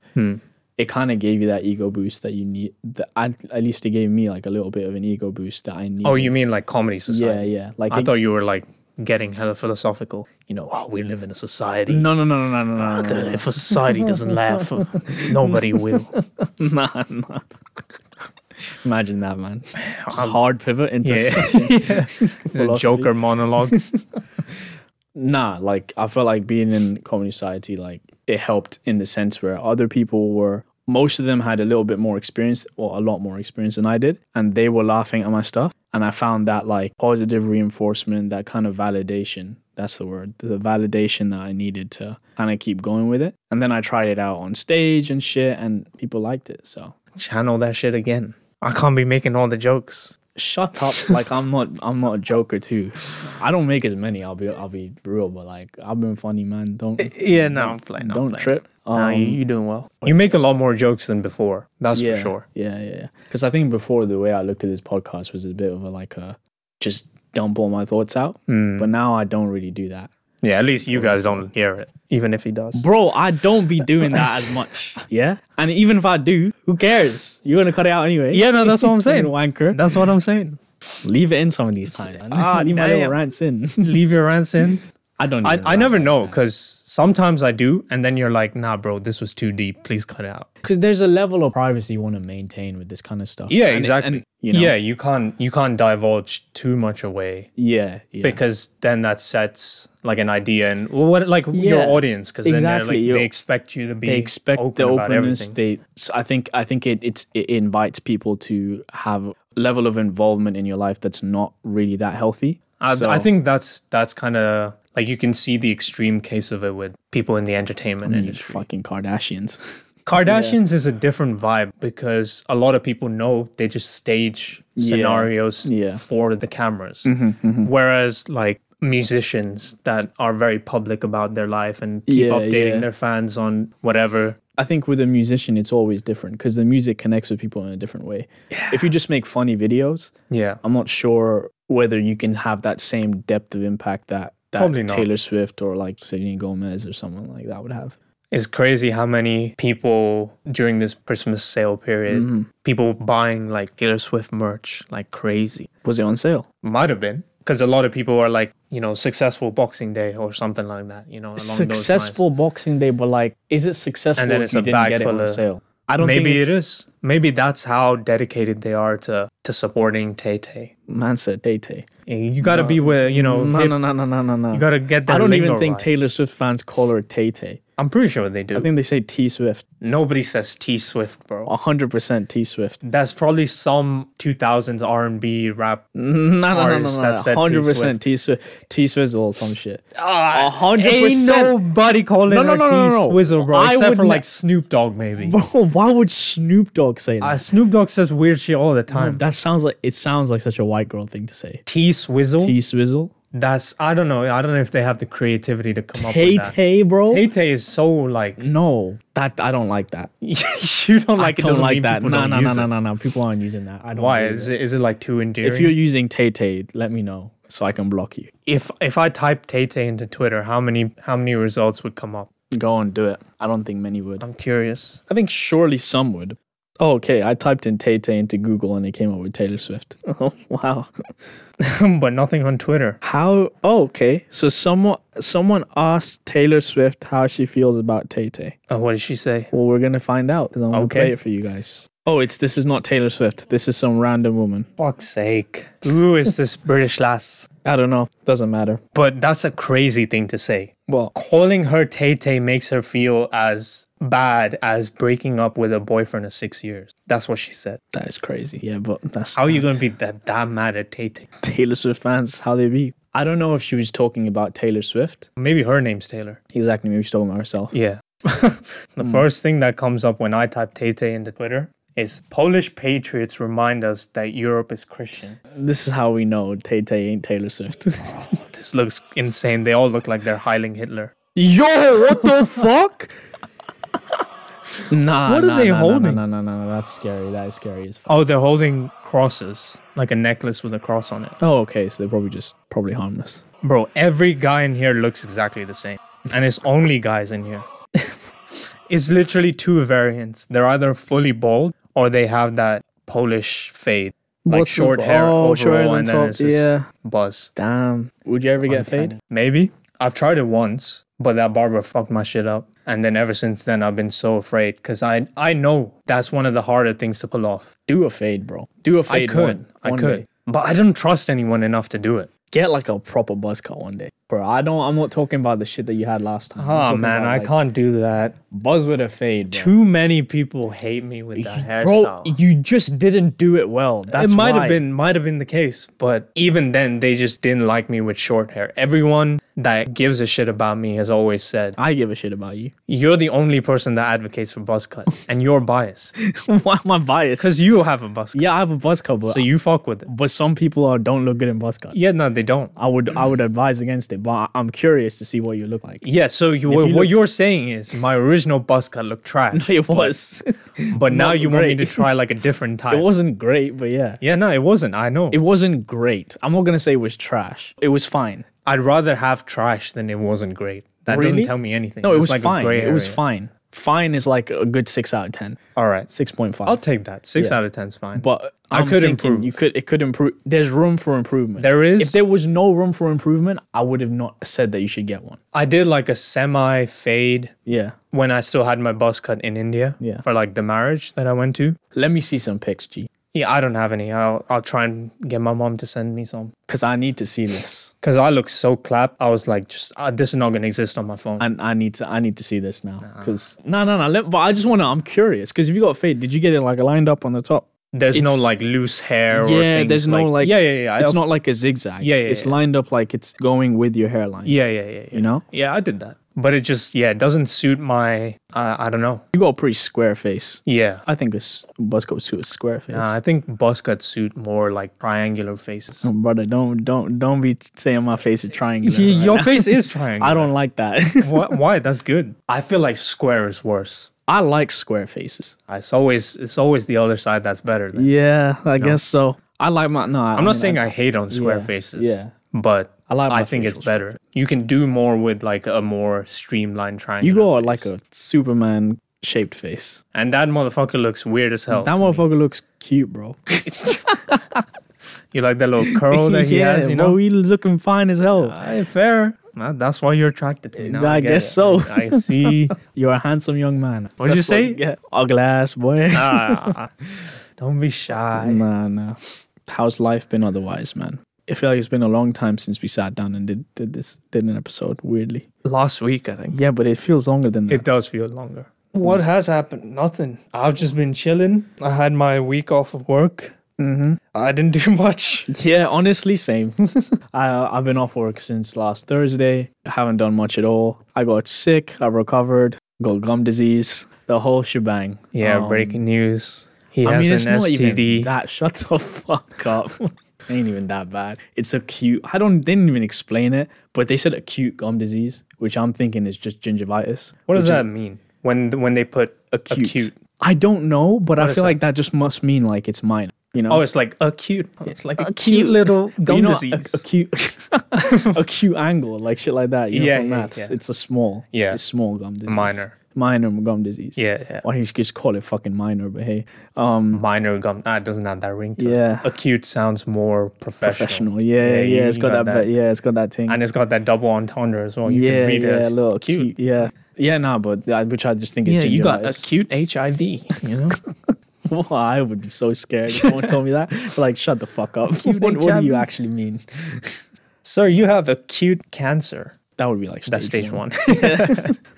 S1: It kind of gave you that ego boost that you need. That I, at least it gave me like a little bit of an ego boost that I need.
S2: Oh, you mean like comedy
S1: yeah,
S2: society?
S1: yeah. Like
S2: I
S1: it-
S2: thought you were like getting hella philosophical. You know, oh, we live in a society.
S1: No, no, no, no, no, no, no, no.
S2: If a society doesn't laugh, nobody will.
S1: nah, nah. Imagine that, man. Just hard pivot into
S2: Yeah.
S1: philosophy.
S2: Joker monologue.
S1: Nah, like I felt like being in comedy society, like it helped in the sense where other people were. Most of them had a little bit more experience, or a lot more experience than I did, and they were laughing at my stuff. And I found that like positive reinforcement, that kind of validation. That's the word, the validation that I needed to kind of keep going with it. And then I tried it out on stage and shit, and people liked it. So
S2: channel that shit again. I can't be making all the jokes.
S1: shut up like i'm not i'm not a joker too i don't make as many i'll be i'll be real but like i've been funny man don't
S2: Yeah, no, I'm playing.
S1: don't trip
S2: No, you,
S1: um
S2: you doing well. You make a lot more jokes than before. That's
S1: yeah
S2: for sure.
S1: yeah yeah because i think before the way i looked at this
S2: Hmm.
S1: podcast was a bit of a like a just dump all my thoughts out but now i don't really do that
S2: Yeah, at least you guys don't hear it, even if he does.
S3: Bro, I don't be doing that as much.
S1: Yeah. And even if I do, who cares? You're gonna cut it out anyway.
S2: Yeah, no, that's what I'm saying.
S1: Wanker.
S2: That's what I'm saying.
S1: Leave it in some of these times. Ah, leave my little
S2: damn.
S1: rants in.
S2: Leave your rants in.
S1: I don't.
S2: I,
S1: even
S2: I never know because sometimes I do, and then you're like, nah, bro, this was too deep. Please cut it out.
S1: because there's a level of privacy you want to maintain with this kind of stuff.
S2: Yeah,
S1: And it-
S2: exactly.
S1: and, you know,
S2: Yeah, you can't you can't divulge too much away
S1: yeah, yeah.
S2: because then that sets like an idea and well, what like
S1: Yeah,
S2: your audience because
S1: exactly,
S2: then they're,
S1: your-
S2: like, they expect you to be
S1: they expect the
S2: about
S1: openness.
S2: everything.
S1: They, so I think, I think it it's, it invites people to have a level of involvement in your life that's not really that healthy.
S2: I,
S1: So-
S2: I think that's that's kind of like you can see the extreme case of it with people in the entertainment
S1: You
S2: industry.
S1: fucking Kardashians.
S2: Kardashians is a different vibe because a lot of people know they just stage scenarios
S1: yeah. Mm-hmm,
S2: for the cameras. Whereas like musicians that are very public about their life and keep
S1: Yeah,
S2: updating
S1: yeah.
S2: their fans on whatever.
S1: I think with a musician, it's always different because the music connects with people in a different way. If you just make funny videos,
S2: Yeah.
S1: I'm not sure whether you can have that same depth of impact that, that
S2: Probably not.
S1: Taylor Swift or like Selena Gomez or someone like that would have.
S2: It's crazy how many people during this Christmas sale period,
S1: Mm-hmm.
S2: people buying like Taylor Swift merch like crazy.
S1: Was it on sale?
S2: Might have been because a lot of people are like, you know, successful Boxing Day or something like that, you know, along those lines.
S1: successful Boxing Day, but like, is it successful
S2: And then
S1: if
S2: it's
S1: you
S2: a
S1: didn't
S2: bag
S1: get it
S2: full
S1: on
S2: of-
S1: sale? I don't
S2: Maybe
S1: think
S2: it is. Maybe that's how dedicated they are to to supporting Tay Tay.
S1: Man said Tay Tay.
S2: You got to be with, you know,
S1: No,
S2: hip-
S1: no, no, no, no, no, no.
S2: you got to get that.
S1: I don't even think Taylor Swift fans call her Tay Tay.
S2: I'm pretty sure they do.
S1: I think they say T Swift.
S2: Nobody says T Swift, bro.
S1: 100% T Swift.
S2: That's probably some 2000s R&B rap.
S1: No, no, no, no, no.
S2: Artist that said T
S1: 100% T Swift. T Swizzle or some shit.
S2: Ah,
S1: 100%.
S2: nobody calling
S1: No, no,
S2: her
S1: no, no, no.
S2: T Swizzle, bro.
S1: I
S2: except
S1: would
S2: for
S1: not-
S2: like Snoop Dogg, maybe.
S1: Bro, why would Snoop Dogg say that?
S2: Uh, Snoop Dogg says weird shit all the time.
S1: that sounds like it sounds like such a white girl thing to say.
S2: T Swizzle.
S1: T Swizzle.
S2: That's I don't know. I don't know if they have the creativity to come
S1: Tay
S2: up with that.
S1: Tay, bro.
S2: Tay Tay is so like
S1: No, that I don't like that.
S2: you don't like
S1: I
S2: it.
S1: don't
S2: Doesn't
S1: like
S2: mean
S1: that.
S2: people
S1: No,
S2: don't
S1: no, no,
S2: use
S1: no,
S2: it.
S1: no, no. People aren't using that. I don't.
S2: Why
S1: believe
S2: is
S1: it.
S2: it? Is it like too endearing?
S1: If you're using Tay Tay, let me know so I can block you.
S2: if if I type Tay Tay into Twitter, how many how many results would come up?
S1: Go on, do it. I don't think many would.
S2: I'm curious.
S1: I think surely some would. Oh, okay. I typed in Tay Tay into Google and it came up with Taylor Swift. Oh, wow.
S2: but nothing on Twitter.
S1: How? Oh, okay. So someone someone asked Taylor Swift how she feels about Tay Tay.
S2: Oh, what did she say?
S1: Well, we're gonna find out because I'm gonna
S2: Okay.
S1: play it for you guys. Oh, it's this is not Taylor Swift. This is some random woman.
S2: Fuck's sake. Who is this British lass?
S1: I don't know. Doesn't matter.
S2: But that's a crazy thing to say.
S1: Well,
S2: Calling her Tay Tay makes her feel as bad as breaking up with a boyfriend of six years. That's what she said.
S1: that is crazy. Yeah, but that's
S2: How are you gonna be that that mad at Tay Tay?
S1: Taylor Swift fans how they be. I don't know if she was talking about Taylor Swift.
S2: Maybe her name's Taylor.
S1: Exactly. Maybe she's talking about herself.
S2: Yeah. the first thing that comes up when I type Tay Tay into Twitter is Polish patriots remind us that Europe is Christian.
S1: This is how we know Tay Tay ain't Taylor Swift.
S2: This looks insane. They all look like they're hailing Hitler.
S1: Yo, what the fuck? Nah,
S2: What are
S1: nah,
S2: they
S1: nah, nah,
S2: holding?
S1: Nah, nah, nah, nah, that's scary. That is scary as fuck.
S2: Oh, they're holding crosses, like a necklace with a cross on it.
S1: Oh, okay. So they're probably just probably harmless.
S2: Bro, every guy in here looks exactly the same. And it's only guys in here. it's literally two variants. They're either fully bald or they have that Polish fade. Like
S1: What's the-
S2: short hair
S1: oh,
S2: overall,
S1: short hair on
S2: and then
S1: top,
S2: it's just
S1: yeah.
S2: buzz.
S1: Damn. Would you ever get paid?
S2: Maybe. I've tried it once, but that barber fucked my shit up. And then ever since then, I've been so afraid because I, I know that's one of the harder things to pull off.
S1: Do a fade, bro. Do a
S2: I
S1: fade.
S2: could.
S1: One,
S2: I
S1: one
S2: could.
S1: day.
S2: But I don't trust anyone enough to do it.
S1: Get like a proper buzz cut one day, bro. I don't. I'm not talking about the shit that you had last time. I'm
S2: Oh,
S1: talking
S2: man,
S1: about,
S2: I
S1: like,
S2: can't do that.
S1: buzz with a fade, bro.
S2: Too many people hate me with that
S1: Bro,
S2: hairstyle.
S1: you just didn't do it well. That's
S2: it might
S1: why.
S2: have been might have been the case, but even then they just didn't like me with short hair. Everyone that gives a shit about me has always said,
S1: I give a shit about you.
S2: "You're the only person that advocates for buzz cut, and you're biased."
S1: why am I biased?
S2: Because you have a buzz cut.
S1: Yeah, I have a buzz cut, but,
S2: So you fuck with it.
S1: but some people are, don't look good in buzz cuts.
S2: Yeah, no, they don't.
S1: I would I would advise against it, but I- I'm curious to see what you look like.
S2: Yeah, so you, what
S1: you look-
S2: you're saying is my original buzz cut looked trash,
S1: It was
S2: but now
S1: not
S2: you want me
S1: great.
S2: to try like a different type.
S1: it wasn't great, but yeah.
S2: yeah, no, it wasn't. I know.
S1: It wasn't great. I'm not gonna say it was trash. It was fine.
S2: I'd rather have trash than it wasn't great. That
S1: Really?
S2: doesn't tell me anything.
S1: No, it
S2: It's
S1: was
S2: like a
S1: fine.
S2: gray
S1: It was
S2: area.
S1: fine. Fine is like a good six out of ten.
S2: All right.
S1: Six point five.
S2: I'll take that. Six
S1: Yeah.
S2: out of ten's fine.
S1: but
S2: I
S1: I'm
S2: could
S1: thinking
S2: improve.
S1: You could it could improve. There's room for improvement.
S2: There is.
S1: If there was no room for improvement, I would have not said that you should get one.
S2: I did like a semi fade
S1: Yeah.
S2: when I still had my buzz cut in India
S1: Yeah.
S2: for like the marriage that I went to.
S1: Let me see some pics, G,
S2: Yeah, I don't have any. I'll I'll try and get my mom to send me some
S1: because I need to see this.
S2: because I look so clap. I was like, just uh, this is not gonna exist on my phone.
S1: And I need to. I need to see this now. Because no, no, no. Let, but I just want to. I'm curious. Because if you got fade, did you get it like lined up on the top?
S2: there's no
S1: it's-
S2: like loose hair. or
S1: Yeah.
S2: things
S1: There's no like.
S2: yeah, yeah, yeah. I
S1: It's
S2: of-
S1: not like a zigzag.
S2: Yeah, yeah,
S1: It's
S2: yeah.
S1: lined up like it's going with your hairline.
S2: Yeah, yeah, yeah, yeah.
S1: You know.
S2: Yeah, I did that, but it just yeah, it doesn't suit my. Uh, I don't know.
S1: You got a pretty square face.
S2: Yeah.
S1: I think a s- buzz cut suit is square face.
S2: Nah, I think buzz cut suit more like triangular faces.
S1: Brother, don't don't don't be saying my face is triangular.
S2: Y-
S1: right
S2: Your
S1: now.
S2: face is triangular.
S1: I don't like that.
S2: Why, why? That's good. I feel like square is worse.
S1: I like square faces.
S2: It's always it's always the other side that's better. Than.
S1: Yeah, I guess so. I like my no.
S2: I'm not saying I, hate on square
S1: yeah,
S2: faces.
S1: yeah.
S2: But
S1: I like my
S2: I think it's
S1: facial
S2: better. You can do more with like a more streamlined
S1: you
S2: triangle.
S1: got like a Superman shaped face.
S2: and that motherfucker looks weird as hell.
S1: That
S2: to me.
S1: motherfucker looks cute, bro.
S2: you like that little curl that he has, you
S1: bro,
S2: know?
S1: he looking fine as hell.
S2: Aye, fair. Nah, that's why you're attracted to me. now.
S1: I guess
S2: it.
S1: so.
S2: I, I see.
S1: You're a handsome young man.
S2: What'd you
S1: That's
S2: say?
S1: get. Ugly ass boy.
S2: Ah, don't be shy.
S1: nah, nah. How's life been otherwise, man? I feel like it's been a long time since we sat down and did did this did an episode. Weirdly,
S2: Last week, I think.
S1: yeah, but it feels longer than that.
S2: It does feel longer. What has happened? Nothing. I've just been chilling. I had my week off of work.
S1: Mhm.
S2: I didn't do much.
S1: Yeah, honestly, same. I, I've been off work since last Thursday. haven't done much at all. I got sick. I recovered. Got gum disease. The whole shebang.
S2: Yeah,
S1: Um,
S2: breaking news. He
S1: I
S2: has
S1: mean, it's
S2: an
S1: not even
S2: STD.
S1: that. Shut the fuck up. Ain't even that bad. It's acute. I don't. They didn't even explain it, but they said acute gum disease, which I'm thinking is just gingivitis.
S2: What
S1: which
S2: does
S1: is
S2: that mean? When when they put acute.
S1: I don't know, but I
S2: is
S1: feel
S2: that?
S1: like that just must mean like it's minor. You know.
S2: Oh, it's like acute. It's like a cute,
S1: Oh, Acute.
S2: little
S1: But
S2: gum
S1: you know,
S2: disease.
S1: A, a cute, a cute angle, like shit like that. You know,
S2: Yeah,
S1: from
S2: yeah,
S1: maths,
S2: yeah.
S1: it's a small,
S2: Yeah.
S1: it's small gum disease,
S2: Minor.
S1: minor gum disease.
S2: yeah, yeah.
S1: why you just call it fucking minor? But hey, um,
S2: Minor gum. Ah, it doesn't have that ring to
S1: Yeah.
S2: it. Acute sounds more professional.
S1: professional. Yeah, yeah,
S2: you-
S1: it's
S2: you
S1: got,
S2: got
S1: that,
S2: that.
S1: bit- Yeah, it's got that thing.
S2: And it's got that double entendre as well. You
S1: yeah,
S2: can read
S1: yeah,
S2: it as
S1: a little cute. Yeah, yeah, nah, but I, which I just think is
S2: Yeah, you got
S1: gingivitis.
S2: acute HIV. You know,
S1: Well, I would be so scared if someone told me that. Like, shut the fuck up. what, what do you
S2: HIV.
S1: actually mean?
S2: sir, you have acute cancer.
S1: That would be like stage
S2: That's stage one.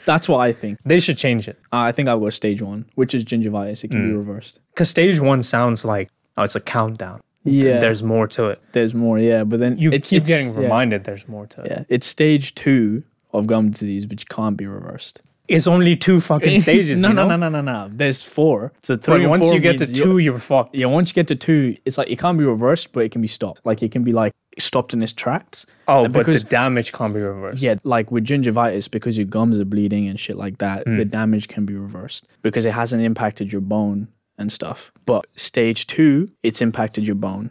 S1: That's what I think.
S2: they should change it
S1: Uh, I think I'll go stage one, which is gingivitis. It can be
S2: Mm.
S1: reversed.
S2: because stage one sounds like oh, it's a countdown. Th-
S1: Yeah.
S2: there's more to it.
S1: There's more, yeah. But then
S2: You keep getting
S1: yeah,
S2: reminded there's more to it.
S1: Yeah, it's stage two of gum disease, which can't be reversed.
S2: It's only two fucking stages.
S1: no,
S2: you
S1: no,
S2: know?
S1: no, no, no, no. There's four. So three.
S2: But
S1: and
S2: once
S1: four
S2: you get to
S1: means you're-
S2: two, you're fucked.
S1: yeah. Once you get to two, it's like it can't be reversed, but it can be stopped. Like it can be like stopped in its tracks.
S2: Oh,
S1: And
S2: but the
S1: because-
S2: damage can't be reversed.
S1: Yeah, like with gingivitis, because your gums are bleeding and shit like that,
S2: Mm.
S1: the damage can be reversed because it hasn't impacted your bone and stuff. But stage two, it's impacted your bone.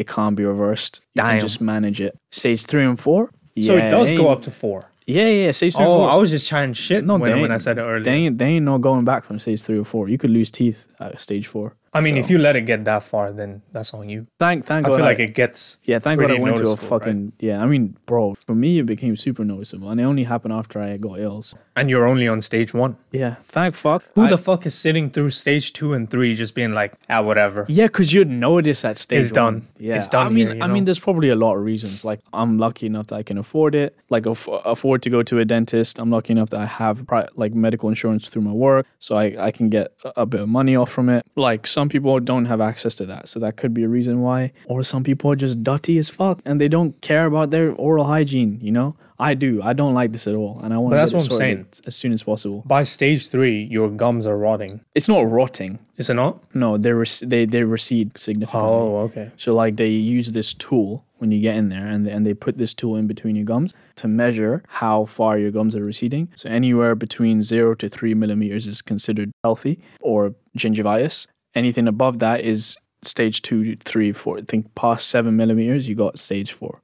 S1: It can't be reversed. You
S2: Mm. Damn.
S1: can just manage it. Stage three and four. Yeah,
S2: So it does
S1: ain't-
S2: go up to four.
S1: Yeah, yeah, yeah, stage three. and
S2: Oh,
S1: four.
S2: I was just trying shit
S1: No,
S2: when,
S1: they
S2: when I
S1: ain't-
S2: said it earlier.
S1: They ain't, they ain't no going back from stage three or four. You could lose teeth at stage four.
S2: I mean,
S1: So-
S2: if you let it get that far, then that's on you.
S1: thank thank
S2: I
S1: God
S2: feel
S1: I-
S2: like it gets.
S1: yeah, thank God I
S2: pretty
S1: went to a
S2: noticeable, right?
S1: fucking yeah. I mean, bro, for me it became super noticeable, and it only happened after I got ill. So,
S2: And you're only on stage one.
S1: yeah, thank fuck.
S2: Who
S1: I-
S2: the fuck is sitting through stage two and three just being like, ah, whatever?
S1: yeah, because you'd notice at stage.
S2: It's done.
S1: one. Yeah,
S2: It's done
S1: I mean,
S2: here, you
S1: I
S2: know?
S1: mean, there's probably a lot of reasons. Like, I'm lucky enough that I can afford it. Like, aff- afford to go to a dentist. I'm lucky enough that I have pri- like medical insurance through my work, so I I can get a- a bit of money off from it. Like, some people don't have access to that, so that could be a reason why. Or some people are just dirty as fuck and they don't care about their oral hygiene. You know, I do. I don't like this at all, and I want. to
S2: that's
S1: get it
S2: what I'm
S1: sorted
S2: saying.
S1: As soon as possible.
S2: By stage three, your gums are rotting.
S1: It's not rotting.
S2: Is it not?
S1: No, they rec- they they recede significantly.
S2: Oh, okay.
S1: So like they use this tool when you get in there, and and they put this tool in between your gums to measure how far your gums are receding. So anywhere between zero to three millimeters is considered healthy or gingivitis. Anything above that is stage two, three, four. I think past seven millimeters, you got stage four.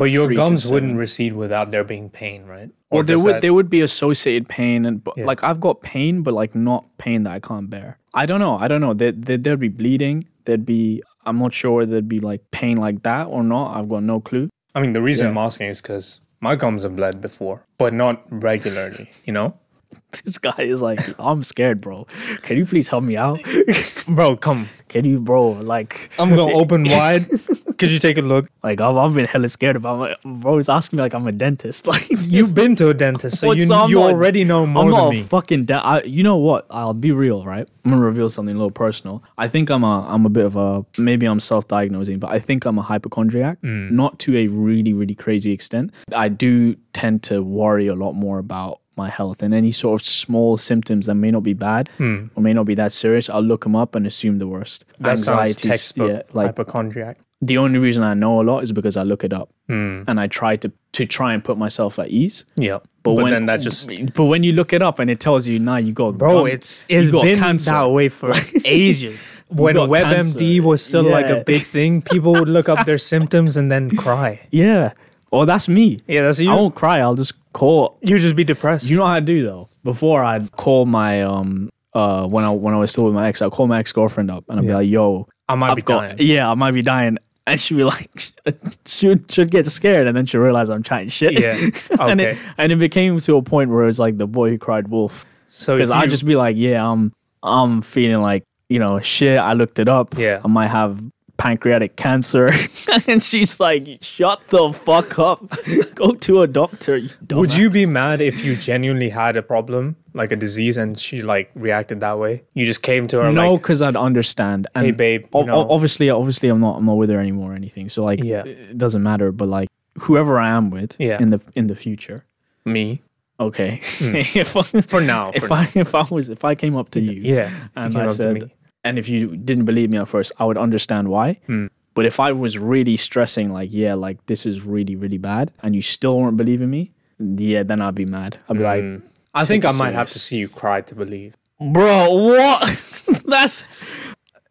S2: But your
S1: Three to
S2: gums wouldn't
S1: seven.
S2: recede without there being pain, right?
S1: Or there
S2: does
S1: would
S2: that-
S1: there would be associated pain and but
S2: Yeah.
S1: like I've got pain, but like not pain that I can't bear. I don't know. I don't know. There, there there'd be bleeding. There'd be I'm not sure there'd be like pain like that or not. I've got no clue.
S2: I mean, the reason
S1: Yeah.
S2: I'm asking is because my gums have bled before, but not regularly. you know,
S1: This guy is like, I'm scared, bro. Can you please help me out?
S2: bro, come.
S1: Can you, bro? Like,
S2: I'm going open wide. Could you take a look?
S1: like I've, I've been hella scared about. My, bro, he's asking me like I'm a dentist. Like
S2: You've been to a dentist, so
S1: What,
S2: you,
S1: so I'm
S2: you
S1: not-
S2: already know more
S1: I'm
S2: than
S1: not
S2: me.
S1: a fucking. Da- I, you know what? I'll be real, right? I'm gonna reveal something a little personal. I think I'm a. I'm a bit of a. Maybe I'm self-diagnosing, but I think I'm a hypochondriac.
S2: Mm.
S1: Not to a really, really crazy extent. I do tend to worry a lot more about my health and any sort of small symptoms that may not be bad or may not be that serious. I'll look them up and assume the worst.
S2: Mm. that sounds
S1: Anxiety's-
S2: textbook
S1: like
S2: hypochondriac.
S1: the only reason I know a lot is because I look it up
S2: Mm.
S1: and I try to to try and put myself at ease.
S2: Yeah,
S1: But,
S2: but,
S1: when,
S2: then that just
S1: But when you look it up and it tells you, nah, you got
S3: Bro,
S1: gum-
S3: it's it's
S1: you got
S3: been
S1: cancer.
S3: that way for ages.
S2: when
S1: got
S2: WebMD
S1: cancer.
S2: was still like
S1: Yeah.
S2: a big thing, people would look up their symptoms and then cry.
S1: Yeah. Well, that's me.
S2: Yeah, that's you.
S1: I won't cry. I'll just call.
S2: you just be depressed.
S1: You know how I do though. Before I'd call my um uh when I when I was still with my ex, I'd call my ex girlfriend up and I'd be like, yo,
S2: I might
S1: I've
S2: be
S1: got
S2: dying.
S1: yeah, I might be dying. And she'd be like, she would she'd get scared, and then she would realize I'm trying shit.
S2: Yeah.
S1: and it
S2: Okay.
S1: and it became to a point where it's like the boy who cried wolf.
S2: So
S1: because
S2: if
S1: I'll
S2: you-
S1: just be like, yeah, I'm I'm feeling like you know shit. I looked it up.
S2: Yeah.
S1: I might have pancreatic cancer, and she's like, shut the fuck up, go to a doctor. You
S2: would
S1: dumbass."
S2: you be mad if you genuinely had a problem, like a disease, and she like reacted that way? You just came to her
S1: No,
S2: like,
S1: because I'd understand. And
S2: "Hey, babe,
S1: o-
S2: you
S1: o-
S2: know,
S1: obviously, obviously, I'm not I'm not with her anymore or anything. So like,
S2: Yeah.
S1: it doesn't matter. But like, whoever I am with,
S2: Yeah.
S1: in the in the future.
S2: me
S1: Okay. if, I,
S2: for now."
S1: if
S2: for now.
S1: I if I was if I came up to you,
S2: yeah,
S1: and
S2: you came
S1: I
S2: up to
S1: said, and if you didn't believe me at first, I would understand why.
S2: Hmm.
S1: But if I was really stressing, like, yeah, like this is really, really bad, and you still weren't believing me, yeah, then I'd be mad. I'd be like,
S2: I think I
S1: it
S2: might have to see you cry to believe.
S1: bro, what? That's.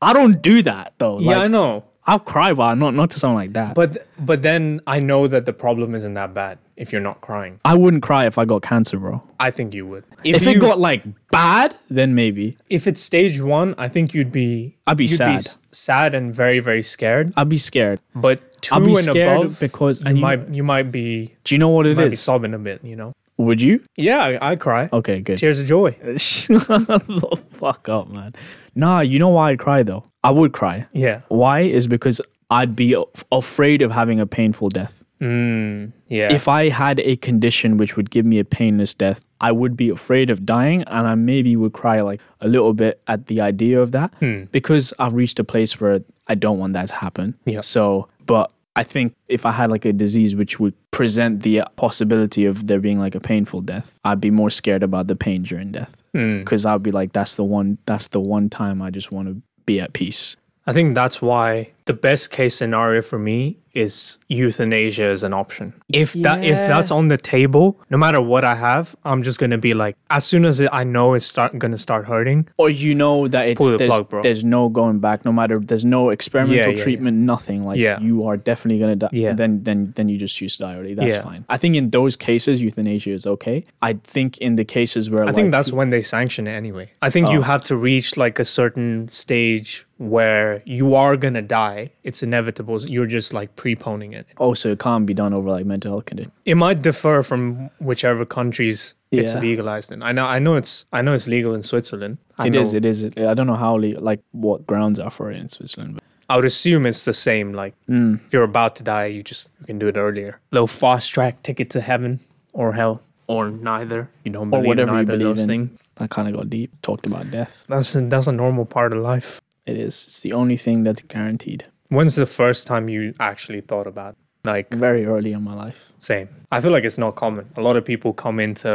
S1: I don't do that though.
S2: yeah, I
S1: like,
S2: know,
S1: I'll cry, but not not to someone like that. But
S2: but but then I know that the problem isn't that bad if you're not crying.
S1: I wouldn't cry if I got cancer, bro.
S2: I think you would.
S1: If,
S2: you
S1: it got like bad, then maybe
S2: if it's stage one, I think you'd be
S1: I'd be
S2: you'd
S1: sad.
S2: s- sad and very very scared.
S1: I'd be scared.
S2: But 2
S1: I'll be
S2: and
S1: scared
S2: above,
S1: because-
S2: you
S1: and you-
S2: might you might be
S1: Do you know what it
S2: might be
S1: is? Oh.
S2: sobbing a bit. You know.
S1: Would you?
S2: Yeah, I, I cry.
S1: Okay, good.
S2: Tears of joy.
S1: Shut the fuck up, man. Nah, you know why I'd cry though? I would cry.
S2: Yeah,
S1: Why? Is because I'd be a- afraid of having a painful death.
S2: Mm, yeah.
S1: If I had a condition which would give me a painless death, I would be afraid of dying and I maybe would cry like a little bit at the idea of that
S2: Hmm.
S1: because I've reached a place where I don't want that to happen.
S2: Yeah.
S1: So, but I think if I had like a disease which would present the possibility of there being like a painful death, I'd be more scared about the pain during death
S2: Hmm.
S1: because I'd be like, that's the one, that's the one time I just want to be at peace.
S2: I think that's why the best case scenario for me is euthanasia as an option. If that if
S1: Yeah.
S2: that's on the table, no matter what I have, I'm just gonna be like, as soon as I know it's start gonna start hurting,
S1: or you know that it's
S2: Pull the
S1: there's,
S2: plug, bro.
S1: there's no going back no matter there's no experimental
S2: yeah, yeah.
S1: treatment nothing like
S2: Yeah.
S1: you are definitely gonna die
S2: Yeah.
S1: then then then you just choose to die already that's
S2: Yeah.
S1: fine i think in those cases euthanasia is okay i think in the cases where
S2: I think that's when they sanction it anyway. I think
S1: Oh.
S2: you have to reach like a certain stage where you are gonna die. It's inevitable. You're just like preponing it.
S1: also it can't be done over like mental health condition
S2: It might differ from whichever countries it's
S1: Yeah.
S2: legalized in. I know. I know it's. I know it's legal in Switzerland. I
S1: it
S2: know,
S1: is it is i don't know how le- like what grounds are for it in switzerland but
S2: I would assume it's the same. Like
S1: Mm.
S2: if you're about to die, you just you can do it earlier. Little fast track ticket to heaven or hell or neither. You don't
S1: or
S2: believe
S1: whatever you
S2: neither of
S1: believe
S2: those
S1: in
S2: things.
S1: i kind of got deep talked about death
S2: That's a, that's a normal part of life.
S1: it is it's the only thing that's guaranteed
S2: When's the first time you actually thought about it? like
S1: very early in my life
S2: Same. I feel like it's not common. A lot of people come into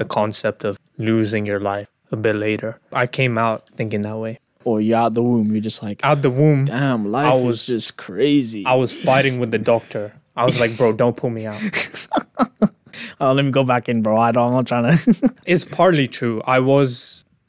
S2: the concept of losing your life a bit later. I came out thinking that way.
S1: or you're out the womb you're just like
S2: Out the womb,
S1: damn life
S2: I was-
S1: is just crazy
S2: I was fighting with the doctor. I was like, bro, don't pull me out.
S1: Oh, let me go back in, bro. I don't, I'm not trying to.
S2: It's partly true. I was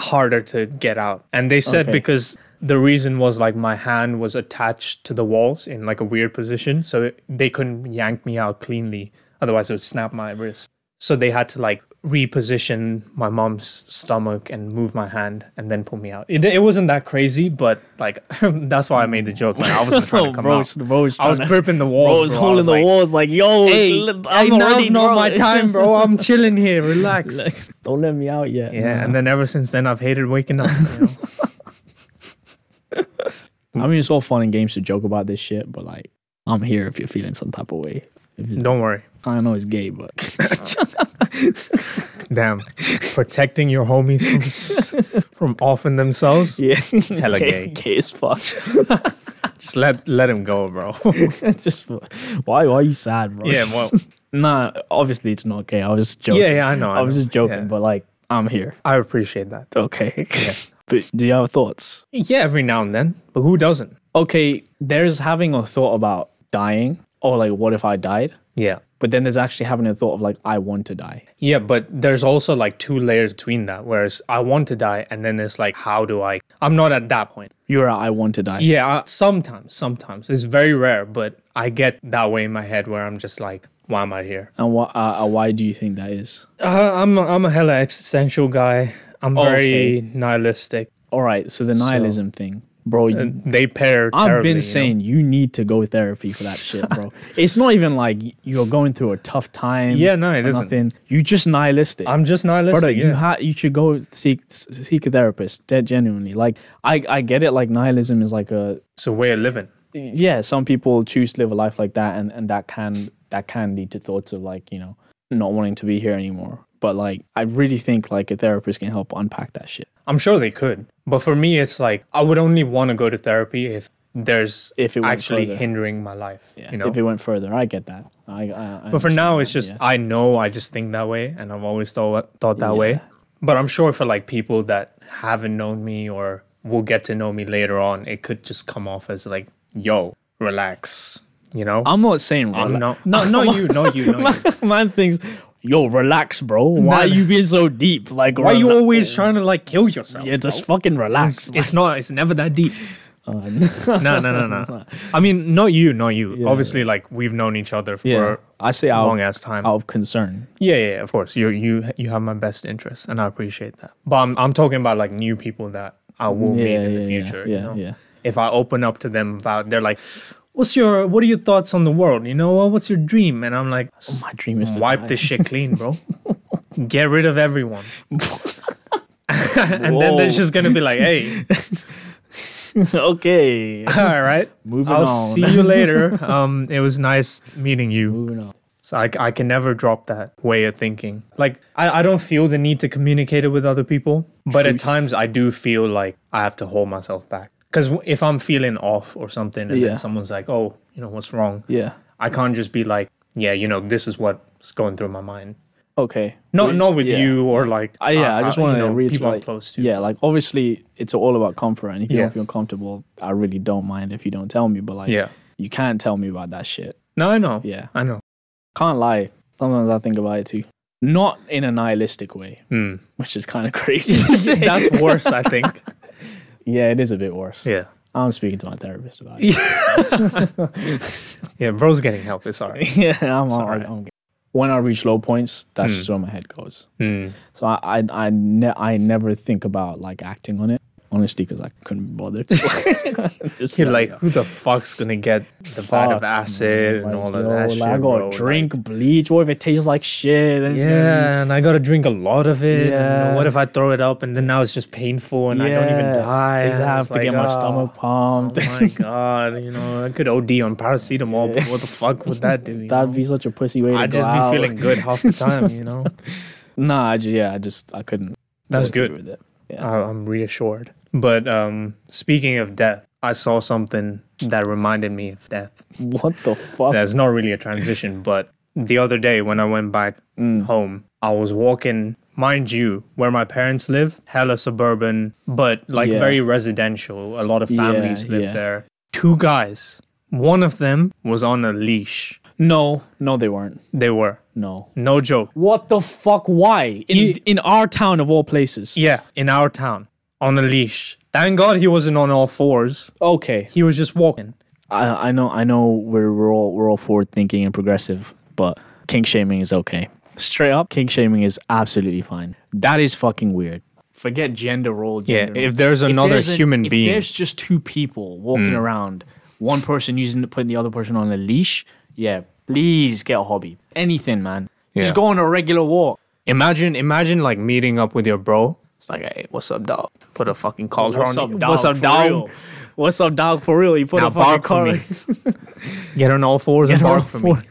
S2: harder to get out. And they said
S1: Okay.
S2: because the reason was like my hand was attached to the walls in like a weird position, so it- they couldn't yank me out cleanly. Otherwise, it would snap my wrist. So they had to like reposition my mom's stomach and move my hand and then pull me out. It, it wasn't that crazy, but like that's why I made the joke. Like I wasn't trying to come
S1: bro,
S2: out.
S1: was- bro was
S2: I was
S1: tryna-
S2: burping the walls.
S1: bro was
S2: bro. I
S1: holding
S2: was
S1: the
S2: like,
S1: walls like, yo,
S2: Hey,
S1: I'm
S2: hey, now's
S1: already
S2: not
S1: drunk."
S2: my time, bro. I'm chilling here. Relax.
S1: Don't let me out yet.
S2: yeah, and then ever since then, I've hated waking up. You know?
S1: I mean, it's all fun and games to joke about this shit, but like, I'm here if you're feeling some type of way. If you,
S2: Don't worry.
S1: I know it's gay, but
S2: Damn, protecting your homies from s- from offing themselves.
S1: yeah,
S2: Hella
S1: gay,
S2: gay.
S1: gay as fuck.
S2: Just let let him go, bro.
S1: Just why? Why are you sad, bro?
S2: Yeah, well-
S1: nah. Obviously, it's not gay. I was just joking.
S2: yeah, yeah, I know.
S1: I was
S2: know.
S1: just joking,
S2: Yeah.
S1: but like, I'm here.
S2: I appreciate that.
S1: Okay. but do you have thoughts?
S2: Yeah, every now and then, but who doesn't?
S1: Okay, there's having a thought about dying, or like, what if I died?
S2: Yeah,
S1: But then there's actually having a thought of like, I want to die.
S2: yeah, but there's also like two layers between that. Whereas I want to die, and then it's like, how do I? I'm not at that point.
S1: You're a I want to die.
S2: Yeah, I, sometimes, sometimes it's very rare, but I get that way in my head where I'm just like, why am I here?
S1: And why? Uh, uh, why do you think that is?
S2: Uh, I'm a, I'm a hella existential guy. I'm very
S1: Okay.
S2: nihilistic.
S1: All right, so the nihilism thing, bro. you-
S2: They pair.
S1: I've
S2: terribly, you know?
S1: been saying you, need to go therapy for that shit, bro. it's not even like you're going through a tough time.
S2: Yeah, no, it
S1: or
S2: isn't.
S1: Nothing. You just nihilistic.
S2: I'm just nihilistic.
S1: Brother, you
S2: yeah.
S1: ha- you should go seek s- seek a therapist. Dead genuinely. Like I I get it. Like nihilism is like a
S2: it's a way of living.
S1: yeah. Some people choose to live a life like that, and and that can that can lead to thoughts of like you know not wanting to be here anymore. But like I really think like a therapist can help unpack that shit.
S2: I'm sure they could, but for me, it's like I would only want to go to therapy if there's
S1: If it went
S2: actually
S1: further.
S2: hindering my life.
S1: Yeah.
S2: You know.
S1: If it went further, I get that. I, I, I
S2: but for
S1: understand
S2: now,
S1: that,
S2: it's just
S1: yeah.
S2: I know I just think that way, and I've always thought thought that
S1: Yeah.
S2: way. But I'm sure for like people that haven't known me or will get to know me later on, it could just come off as like, "Yo, relax," you know.
S1: I'm not saying
S2: I'm
S1: rela-
S2: not. No, no, you, no, you, no. you.
S1: Man thinks, yo, relax, bro. Why
S2: Nah.
S1: are you being so deep? Like,
S2: Why are you
S1: rela-
S2: always trying to like kill yourself?
S1: Yeah, just fucking relax. Um,
S2: it's not. It's never that deep. no, no, no, no. I mean, not you, not you. Obviously, like we've known each other for
S1: yeah, I say
S2: a long
S1: out,
S2: ass time.
S1: out of concern.
S2: Yeah, yeah, yeah, of course. You, you, you have my best interest, and I appreciate that. But I'm, I'm talking about like new people that I will meet
S1: Yeah,
S2: in the
S1: yeah, yeah,
S2: future.
S1: yeah,
S2: you know?
S1: yeah.
S2: If I open up to them about, they're like, "What's your? What are your thoughts on the world? You know, what's your dream?" And I'm like,
S1: Oh,
S2: "Oh
S1: My dream is to
S2: wipe
S1: die.
S2: this shit clean, bro. Get rid of everyone. and then they're
S1: Whoa.
S2: just gonna be like, hey,
S1: okay.
S2: all right,
S1: Moving
S2: I'll
S1: on.
S2: see you later. Um, it was nice meeting you.
S1: Moving on.
S2: So I, I can never drop that way of thinking. Like I, I don't feel the need to communicate it with other people, but at times I do feel like I have to hold myself back. Because if I'm feeling off or something, and
S1: Yeah.
S2: then someone's like, "Oh, you know what's wrong,"
S1: Yeah.
S2: I can't just be like, "Yeah, you know this is what's going through my mind."
S1: Okay.
S2: No,
S1: We-
S2: not with
S1: yeah.
S2: you or like. uh,
S1: I, yeah, I just want
S2: you
S1: to
S2: know,
S1: read
S2: people I'm
S1: like,
S2: close to.
S1: Yeah, like obviously it's all about comfort, and if you
S2: Yeah.
S1: don't feel comfortable, I really don't mind if you don't tell me. But like,
S2: Yeah.
S1: you can tell me about that shit.
S2: No, I know.
S1: Yeah,
S2: I know.
S1: can't lie. Sometimes I think about it too, not in a nihilistic way,
S2: Mm.
S1: which is kind of crazy. to say.
S2: That's worse, I think.
S1: Yeah, it is a bit worse.
S2: yeah.
S1: I'm speaking to my therapist about it.
S2: Yeah, bro's getting help. It's all right.
S1: yeah, I'm, I'm,
S2: alright.
S1: I'm good. When I reach low points,
S2: Hmm.
S1: that's just where my head goes.
S2: Mm.
S1: So I I I, ne- I never think about like acting on it honestly because I couldn't be bothered. just
S2: You're like, who the fuck's gonna get the vat
S1: Fuck,
S2: of acid
S1: like,
S2: and all
S1: yo,
S2: of that
S1: like,
S2: shit?
S1: I
S2: bro,
S1: gotta
S2: like-
S1: drink bleach. What if it tastes like shit? And it's gonna be-
S2: yeah, and I gotta drink a lot of it.
S1: Yeah.
S2: And what if I throw it up and then now it's just painful and I don't even
S1: Yeah,
S2: die?
S1: Exactly. I have
S2: It's
S1: to
S2: like,
S1: get my
S2: oh,
S1: stomach pumped.
S2: Oh my god, you know, I could OD on paracetamol, but what the fuck would that do? you
S1: That'd
S2: know?
S1: be such a pussy way to
S2: I'd
S1: go
S2: just be
S1: out.
S2: feeling good half the time, you know?
S1: Nah, I just, yeah, I just I couldn't.
S2: That's
S1: go through
S2: good.
S1: With it. Yeah.
S2: I- I'm reassured. But um, speaking of death, I saw something that reminded me of death.
S1: what the fuck?
S2: That's not really a transition, but the other day when I went back
S1: Mm.
S2: home, I was walking, mind you, where my parents live, hella suburban, but like
S1: Yeah.
S2: very residential. A lot of families
S1: Yeah,
S2: live
S1: yeah.
S2: there. Two guys, one of them was on a leash.
S1: No, no, they weren't.
S2: They were.
S1: No.
S2: No joke.
S1: What the fuck? Why in in our town of all places?
S2: Yeah, in our town. on a leash. Thank God he wasn't on all fours.
S1: Okay,
S2: He was just walking.
S1: I, I know I know we're, we're all we're all forward thinking and progressive, but kink shaming is okay. Straight up, kink shaming is absolutely fine. That is fucking weird. Forget gender role.
S2: Yeah,
S1: Gender
S2: if there's another
S1: there's a-
S2: human
S1: if
S2: being, Mm.
S1: there's just two people walking around, one person using putting the other person on a leash, yeah, please get a hobby. Anything, man.
S2: Yeah.
S1: Just go on a regular walk.
S2: imagine imagine like meeting up with your bro. It's like, hey, what's up, dog? Put a fucking collar on. you. What's up,
S1: for
S2: dog?
S1: real? What's up, dog? For real, you put
S2: Now
S1: a fucking
S2: bark for
S1: collar-
S2: me. Get on all fours and
S1: Get on
S2: bark
S1: all
S2: for me.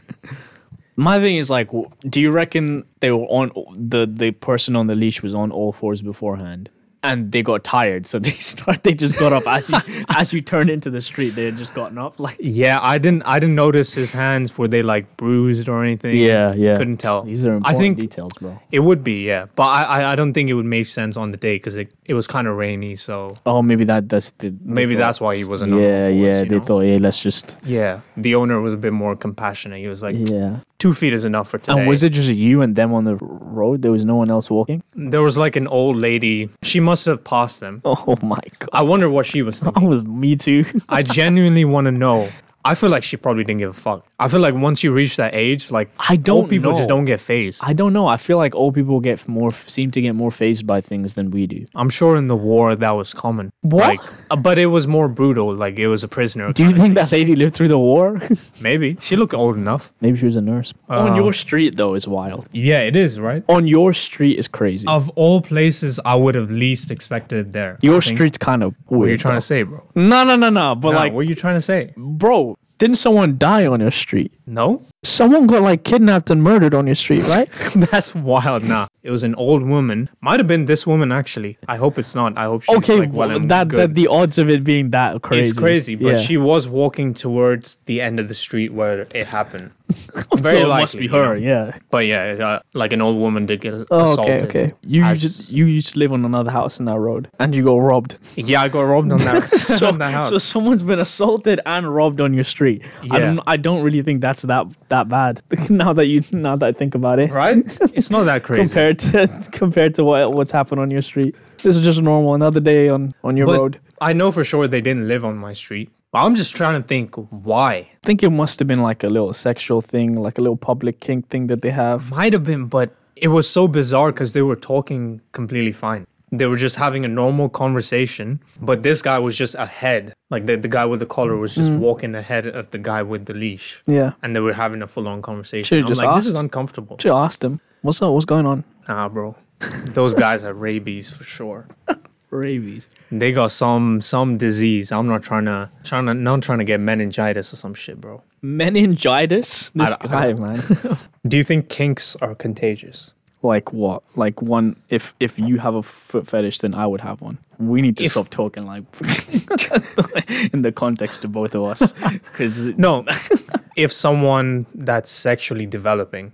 S1: My thing is like, w- do you reckon they were on the the person on the leash was on all fours beforehand, and they got tired, so they start they just got up as you as you turned into the street, they had just gotten up like
S2: Yeah, I didn't I didn't notice his hands were they like bruised or anything.
S1: yeah.
S2: Couldn't tell.
S1: These are
S2: I
S1: important
S2: think
S1: details, bro.
S2: it would be, yeah. But I, I, I don't think it would make sense on the day because it, it was kind of rainy, so
S1: Oh, maybe that that's the
S2: maybe that's why he wasn't on all fours. you know?
S1: thought yeah, let's just
S2: Yeah, the owner was a bit more compassionate. He was like,
S1: yeah.
S2: two feet is enough for today.
S1: And was it just you and them on the road? There was no one else walking.
S2: There was like an old lady. She must have passed them.
S1: Oh my god,
S2: I wonder what she was
S1: that
S2: thinking.
S1: was me too.
S2: I genuinely want to know. I feel like she probably didn't give a fuck. I feel like once you reach that age, like
S1: I
S2: old
S1: don't
S2: people just
S1: know.
S2: don't get phased.
S1: I don't know. I feel like old people get more seem to get more phased by things than we do.
S2: I'm sure in the war that was common.
S1: What?
S2: Like, uh, but it was more brutal. Like it was a prisoner.
S1: Do you think that lady lived through the war? Oh.
S2: Maybe she looked old enough.
S1: Maybe she was a nurse. On your street though is wild.
S2: Yeah, it is right.
S1: On your street is crazy.
S2: Of all places, I would have least expected there. I
S1: your
S2: think-
S1: street's kind of weird.
S2: What are you trying to say, bro?
S1: No, no, no, no. But
S2: Nah,
S1: like,
S2: what are you trying to say?
S1: bro, didn't someone die on your street?
S2: No.
S1: Someone got like kidnapped and murdered on your street, right?
S2: That's wild. Nah, it was an old woman. Might have been this woman actually. I hope it's not. I hope she's
S1: okay,
S2: like well
S1: well,
S2: and
S1: that, that
S2: good.
S1: the odds of it being that crazy.
S2: it's crazy, but
S1: Yeah.
S2: she was walking towards the end of the street where it happened. Very
S1: so it
S2: likely,
S1: must be
S2: you know.
S1: her. Yeah.
S2: But yeah, uh, like an old woman did get
S1: Oh,
S2: assaulted.
S1: okay, okay. You
S2: as-
S1: just you used to live on another house in that road, and you got robbed.
S2: yeah, I got robbed on that, on that house.
S1: So someone's been assaulted and robbed on your street. I
S2: Yeah.
S1: don't. I don't really think that's that that bad. now that you now that I think about it,
S2: right? It's not that crazy.
S1: compared to compared to what what's happened on your street, this is just normal. Another day on on your
S2: but
S1: road.
S2: I know for sure they didn't live on my street. I'm just trying to think why.
S1: I think it must have been like a little sexual thing, like a little public kink thing that they have.
S2: Might have been, but it was so bizarre because they were talking completely fine. They were just having a normal conversation, but this guy was just ahead. Like the, the guy with the collar was just walking ahead of the guy with the leash.
S1: Mm. Yeah.
S2: And they were having a full on conversation.
S1: Should've
S2: I'm
S1: just
S2: like, this is
S1: asked.
S2: uncomfortable.
S1: Should have asked him. What's up? What's going on?
S2: Nah, bro. Those guys have rabies for sure.
S1: Rabies.
S2: They got some some disease. I'm not trying to trying to not trying to get meningitis or some shit, bro.
S1: Meningitis. This
S2: don't- I
S1: guy, man.
S2: Do you think kinks are contagious?
S1: like what? Like one. If if you have a foot fetish, then I would have one. We need to
S2: If-
S1: stop talking like in the context of both of us, because
S2: No. if someone that's sexually developing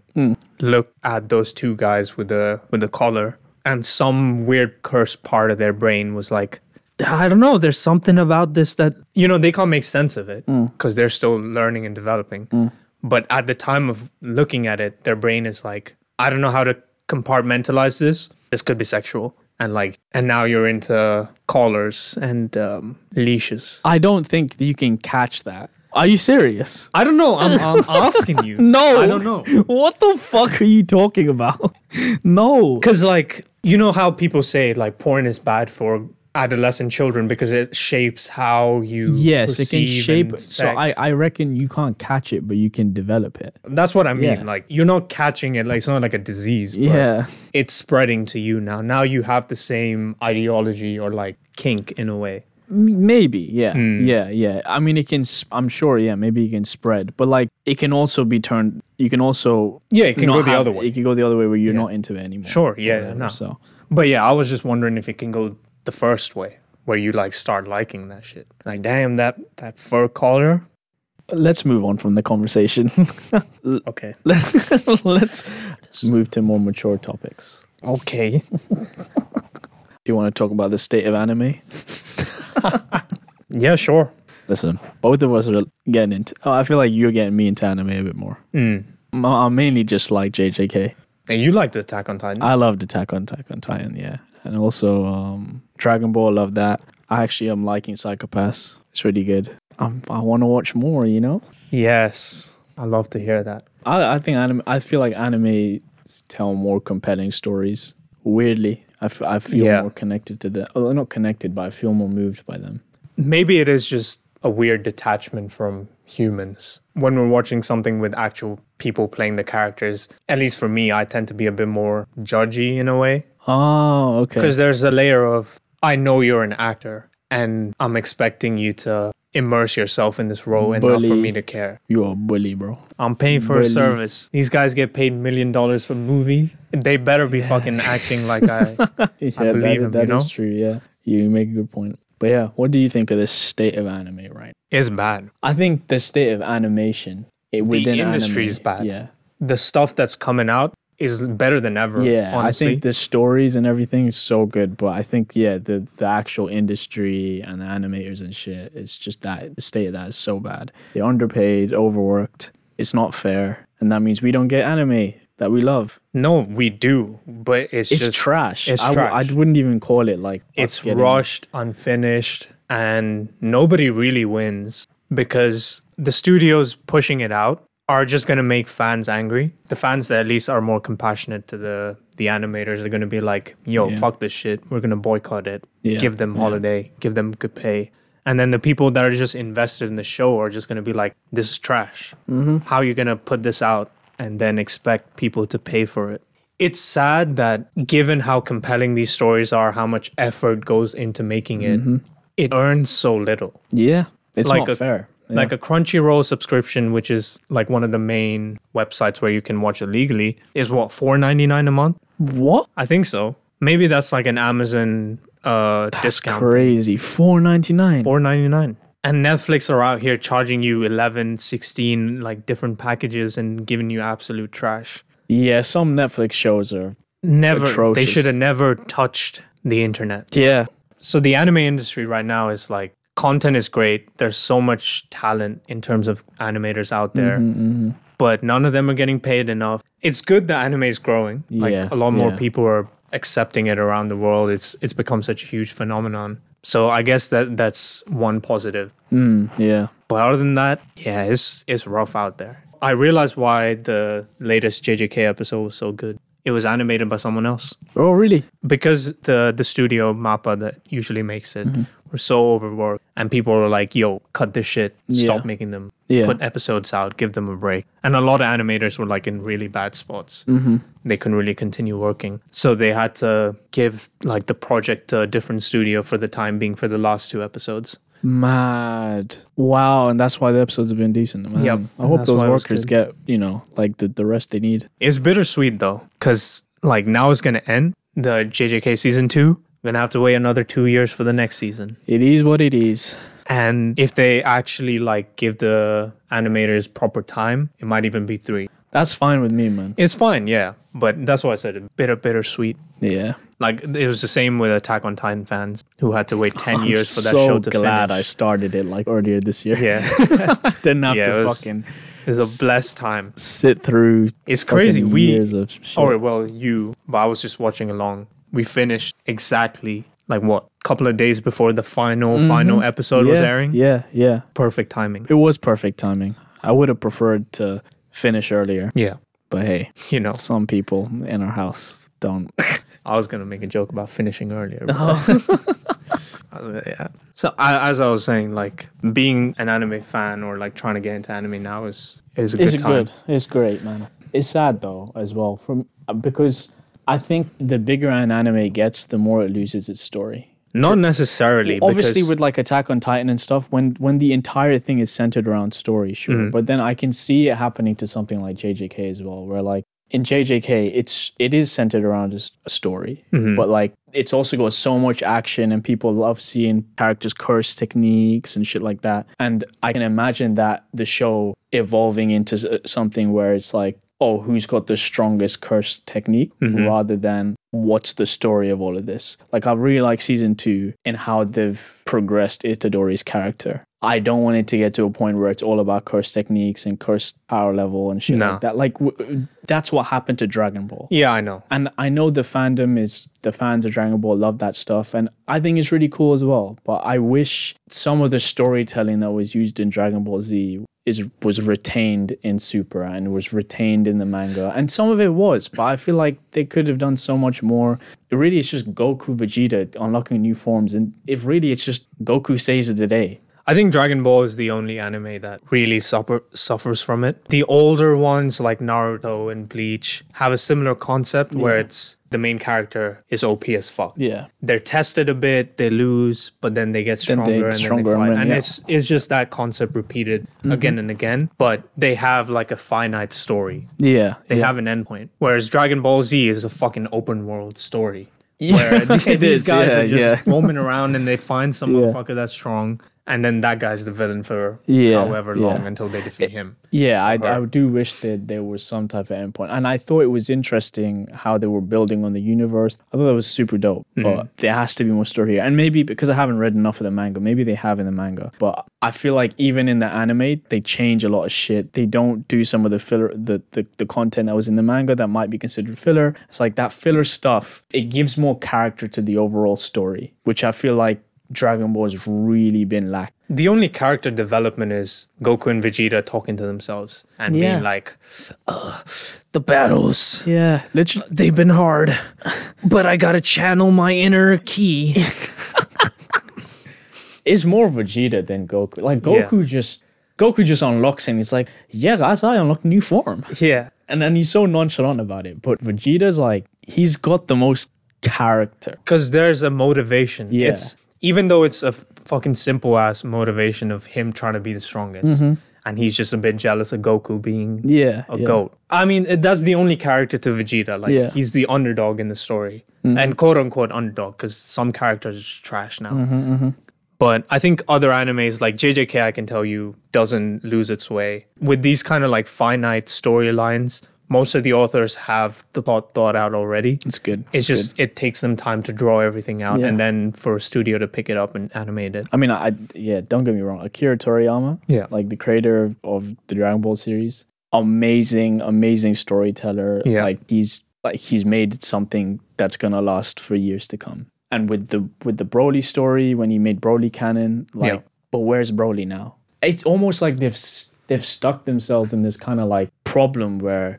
S2: look at those two guys with the with the collar and some weird cursed part of their brain was like I don't know. There's something about this that you know they can't make sense of it because they're still learning and developing. But at the time of looking at it, their brain is like, I don't know how to compartmentalize this. This could be sexual, and like, and now you're into collars and um, leashes.
S1: I don't think you can catch that. Are you serious?
S2: I don't know. I'm, I'm asking you.
S1: No.
S2: I don't know.
S1: What the fuck are you talking about? no.
S2: Because, like, you know how people say, like, porn is bad for adolescent children because it shapes how you.
S1: Yes, it can
S2: perceive
S1: shape.
S2: and
S1: So
S2: sex.
S1: I, I reckon you can't catch it, but you can develop it.
S2: That's what I mean.
S1: Yeah.
S2: Like, you're not catching it. Like, it's not like a disease. But
S1: Yeah.
S2: It's spreading to you now. Now you have the same ideology or, like, kink in a way.
S1: M- Maybe, yeah,
S2: Hmm.
S1: yeah, yeah. I mean, it can. Sp- I'm sure, yeah. Maybe it can spread, but like it can also be turned. You can also,
S2: Yeah, it can
S1: not
S2: go the
S1: have-
S2: other way.
S1: It can go the other way where you're not into it anymore.
S2: Sure. Yeah. yeah, no.
S1: So
S2: But yeah, I was just wondering if it can go the first way where you, like, start liking that shit. Like, damn, that, that fur collar.
S1: let's move on from the conversation.
S2: Okay.
S1: let's let's move to more mature topics.
S2: Okay.
S1: Do you want to talk about the state of anime?
S2: Yeah, sure.
S1: Listen, both of us are getting into. Oh, I feel like you're getting me into anime a bit more.
S2: Mm.
S1: M- I mainly just like JJK.
S2: And you liked Attack on Titan.
S1: I loved Attack on Attack on Titan. Yeah, and also um, Dragon Ball. Love that. I actually am liking Psychopaths. It's really good. I'm, I want to watch more. You know,
S2: Yes. I love to hear that.
S1: I, I think anime. I feel like anime tell more compelling stories. Weirdly, I, f- I feel
S2: Yeah.
S1: more connected to them. Oh, not connected, but I feel more moved by them.
S2: Maybe it is just a weird detachment from humans. When we're watching something with actual people playing the characters, at least for me, I tend to be a bit more judgy in a way.
S1: Oh, okay.
S2: Because there's a layer of, I know you're an actor and I'm expecting you to immerse yourself in this role enough for
S1: Bully.
S2: me to care.
S1: You're a bully, bro.
S2: I'm paying for a
S1: Bully.
S2: service. These guys get paid million dollars for a movie. They better be fucking acting like I.
S1: Yeah,
S2: believe
S1: that,
S2: him,
S1: that
S2: you know?
S1: is true. Yeah, you make a good point. But yeah, what do you think of the state of anime right?
S2: It's bad.
S1: I think the state of animation it, within
S2: industry
S1: anime,
S2: is bad.
S1: Yeah,
S2: The stuff that's coming out is better than ever.
S1: yeah.
S2: honestly.
S1: I think the stories and everything is so good, but I think yeah, the the actual industry and the animators and shit, it's just that the state of that is so bad. They're underpaid, overworked. It's not fair, and that means we don't get anime that we love.
S2: No, we do, but it's,
S1: It's
S2: just
S1: trash.
S2: it's
S1: I, w-
S2: trash.
S1: I wouldn't even call it like us
S2: it's
S1: getting-
S2: rushed, unfinished, and nobody really wins because the studios pushing it out are just gonna make fans angry. The fans that at least are more compassionate to the the animators are gonna be like, "Yo,
S1: Yeah.
S2: fuck this shit. We're gonna boycott it.
S1: Yeah,
S2: Give them
S1: yeah.
S2: holiday. Give them good pay." And then the people that are just invested in the show are just gonna be like, "This is trash.
S1: Mm-hmm.
S2: How you gonna put this out and then expect people to pay for it?" it's sad that given how compelling these stories are, how much effort goes into making it,
S1: Mm-hmm.
S2: it earns so little.
S1: Yeah, it's
S2: Like
S1: not
S2: a-
S1: fair. Yeah.
S2: Like a Crunchyroll subscription, which is like one of the main websites where you can watch it legally, is what four ninety nine a month.
S1: what?
S2: I think so. Maybe that's like an Amazon uh, discount.
S1: Crazy. Four ninety nine.
S2: Four ninety nine. And Netflix are out here charging you 11, 16, like different packages and giving you absolute trash.
S1: Yeah, some Netflix shows are.
S2: Never. They
S1: Atrocious.
S2: should have never touched the internet.
S1: Yeah,
S2: So the anime industry right now is like content is great. There's so much talent in terms of animators out
S1: Mm-hmm,
S2: there. But none of them are getting paid enough. It's good that anime is growing. Like
S1: Yeah,
S2: a lot more
S1: yeah.
S2: people are accepting it around the world. It's it's become such a huge phenomenon. So I guess that that's one positive.
S1: Mm, yeah.
S2: But other than that, yeah, it's it's rough out there. I realized why the latest JJK episode was so good. It was animated by someone else
S1: Oh, really?
S2: because the the studio Mappa that usually makes it
S1: Mm-hmm.
S2: were so overworked, and people were like, "Yo, cut this shit! Stop
S1: Yeah.
S2: making them.
S1: Yeah.
S2: Put episodes out. Give them a break." And a lot of animators were like in really bad spots. Mm-hmm. They couldn't really continue working, so they had to give like the project to a different studio for the time being for the last two episodes.
S1: Mad. Wow, and that's why the episodes have been decent. Man.
S2: Yep,
S1: I hope
S2: that's
S1: those
S2: why it was
S1: workers
S2: good.
S1: get you know like the the rest they need.
S2: It's bittersweet though, because like now it's gonna end the JJK season two. We're gonna have to wait another two years for the next season.
S1: It is what it is.
S2: and if they actually like give the animators proper time it might even be three
S1: That's fine with me, man.
S2: it's fine yeah but that's why i said a bit of bittersweet
S1: Yeah.
S2: like it was the same with attack on titan fans who had to wait 10
S1: I'm
S2: years for that
S1: so
S2: show to
S1: glad I
S2: finish
S1: started it like earlier this year.
S2: yeah
S1: Didn't have
S2: Yeah,
S1: to
S2: it was-
S1: fucking
S2: it's a blessed time
S1: sit through.
S2: it's
S1: fucking
S2: crazy we Oh,
S1: years of shit.
S2: or well you but i was just watching along we finished exactly like what couple of days before the final final episode was
S1: Mm-hmm. Yeah,
S2: airing
S1: Yeah, yeah.
S2: perfect timing
S1: It was perfect timing. I would have preferred to finish earlier,
S2: yeah
S1: but hey,
S2: you know
S1: some people in our house don't.
S2: I was gonna make a joke about finishing earlier. but-
S1: Oh.
S2: I was gonna- yeah. So I, as I was saying, like being an anime fan or like trying to get into anime now is is a
S1: It's
S2: good time.
S1: good. It's great, man. It's sad though as well, from because I think the bigger an anime gets, the more it loses its story.
S2: Not necessarily.
S1: Obviously,
S2: because
S1: with like Attack on Titan and stuff, when when the entire thing is centered around story, sure.
S2: Mm-hmm.
S1: But then I can see it happening to something like JJK as well, where like in JJK, it's it is centered around a s- a story,
S2: Mm-hmm.
S1: but like it's also got so much action, and people love seeing characters curse techniques and shit like that. And I can imagine that the show evolving into
S2: Mm-hmm.
S1: s- something where it's like, oh, who's got the strongest curse technique, rather than what's the story of all of this. Like I really like season two and how they've progressed Itadori's character. I don't want it to get to a point where it's all about curse techniques and curse power level and shit
S2: No.
S1: like that. Like w- that's what happened to Dragon Ball.
S2: Yeah, I know.
S1: And I know the fandom is the fans of Dragon Ball love that stuff, and I think it's really cool as well. But I wish some of the storytelling that was used in Dragon Ball Z is was retained in Super and was retained in the manga, and some of it was. But I feel like they could have done so much more. It really is just Goku, Vegeta unlocking new forms, and if really it's just Goku saves the day.
S2: I think Dragon Ball is the only anime that really suffer, suffers from it. The older ones like Naruto and Bleach have a similar concept where it's the main character is OP as fuck.
S1: Yeah,
S2: They're tested a bit, they lose, but then they get
S1: Then
S2: stronger
S1: they
S2: and
S1: stronger and
S2: then they fight.
S1: win,
S2: And
S1: yeah. Mm-hmm.
S2: it's it's just that concept repeated again and again, but they have like a finite story.
S1: yeah,
S2: They
S1: yeah.
S2: have an endpoint. Whereas Dragon Ball Z is a fucking open world story
S1: Yeah,
S2: where these
S1: it is,
S2: guys
S1: yeah,
S2: are
S1: yeah.
S2: just roaming around and they find some
S1: Yeah.
S2: motherfucker that's strong, and then that guy's the villain for
S1: Yeah,
S2: however
S1: yeah.
S2: long until they defeat him.
S1: Yeah, I, I
S2: her.
S1: do wish that there was some type of endpoint. And I thought it was interesting how they were building on the universe. I thought that was super dope, but there has to be more story here. And maybe because I haven't read enough of the manga, maybe they have in the manga. But I feel like even in the anime, they change a lot of shit. They don't do some of the filler, the, the, the content that was in the manga that might be considered filler. It's like that filler stuff, it gives more character to the overall story, which I feel like Dragon Ball has really been lacking.
S2: The only character development is Goku and Vegeta talking to themselves and
S1: Yeah.
S2: being like, "Ugh, "The battles,
S1: Yeah, literally.
S2: they've been hard, but I gotta channel my inner key."
S1: is more Vegeta than Goku. Like
S2: Yeah.
S1: Goku just Goku just unlocks and he's like, yeah, guys, I unlocked a new form.
S2: yeah,
S1: And then he's so nonchalant about it. But Vegeta's like, he's got the most character.
S2: because there's a motivation.
S1: Yeah.
S2: It's even though it's a f- fucking simple ass motivation of him trying to be the strongest, and he's just a bit jealous of Goku being
S1: Yeah.
S2: a
S1: yeah.
S2: goat. I mean, it- that's the only character to Vegeta. Like
S1: Yeah. Mm-hmm.
S2: he's the underdog in the story, and quote unquote underdog, because some characters are just trash now.
S1: Mm-hmm,
S2: But I think other animes like JJK, I can tell you, doesn't lose its way with these kind of like finite storylines. Most of the authors have the plot thought out already.
S1: It's good.
S2: It's just it takes them time to draw everything out,
S1: Yeah.
S2: and then for a studio to pick it up and animate it.
S1: I mean, I yeah, don't get me wrong. Akira Toriyama,
S2: Yeah.
S1: like the creator of, of the Dragon Ball series, amazing, amazing storyteller.
S2: Yeah.
S1: like he's like he's made something that's gonna last for years to come. And with the with the Broly story, when he made Broly canon, like,
S2: Yeah.
S1: but where's Broly now? It's almost like they've s- they've stuck themselves in this kind of like problem where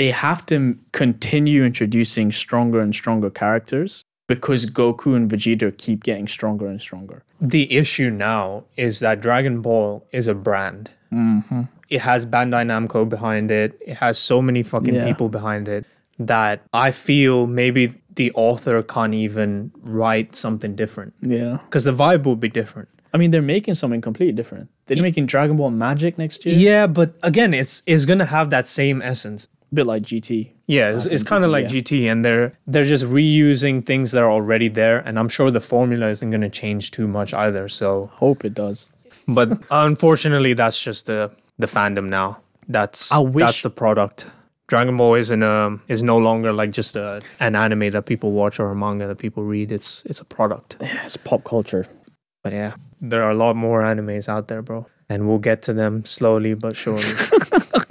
S1: they have to m- continue introducing stronger and stronger characters because Goku and Vegeta keep getting stronger and stronger.
S2: the issue now is that Dragon Ball is a brand. Mm-hmm. It has Bandai Namco behind it. It has so many fucking
S1: Yeah.
S2: people behind it that I feel maybe the author can't even write something different
S1: Yeah.
S2: because the vibe will be different.
S1: I mean, they're making something completely different. They're making Dragon Ball Magic next year,
S2: Yeah, but again, it's it's gonna have that same essence.
S1: a bit like GT.
S2: Yeah, it's, it's kind
S1: GT,
S2: of like
S1: yeah.
S2: GT, and they're they're just reusing things that are already there, and I'm sure the formula isn't gonna change too much either. So
S1: Hope it does.
S2: but unfortunately that's just the the fandom now that's
S1: I wish-
S2: that's the product dragon ball isn't um is no longer like just a, an anime that people watch or a manga that people read it's it's a product
S1: Yeah, it's pop culture.
S2: but yeah there are a lot more animes out there bro and we'll get to them slowly but surely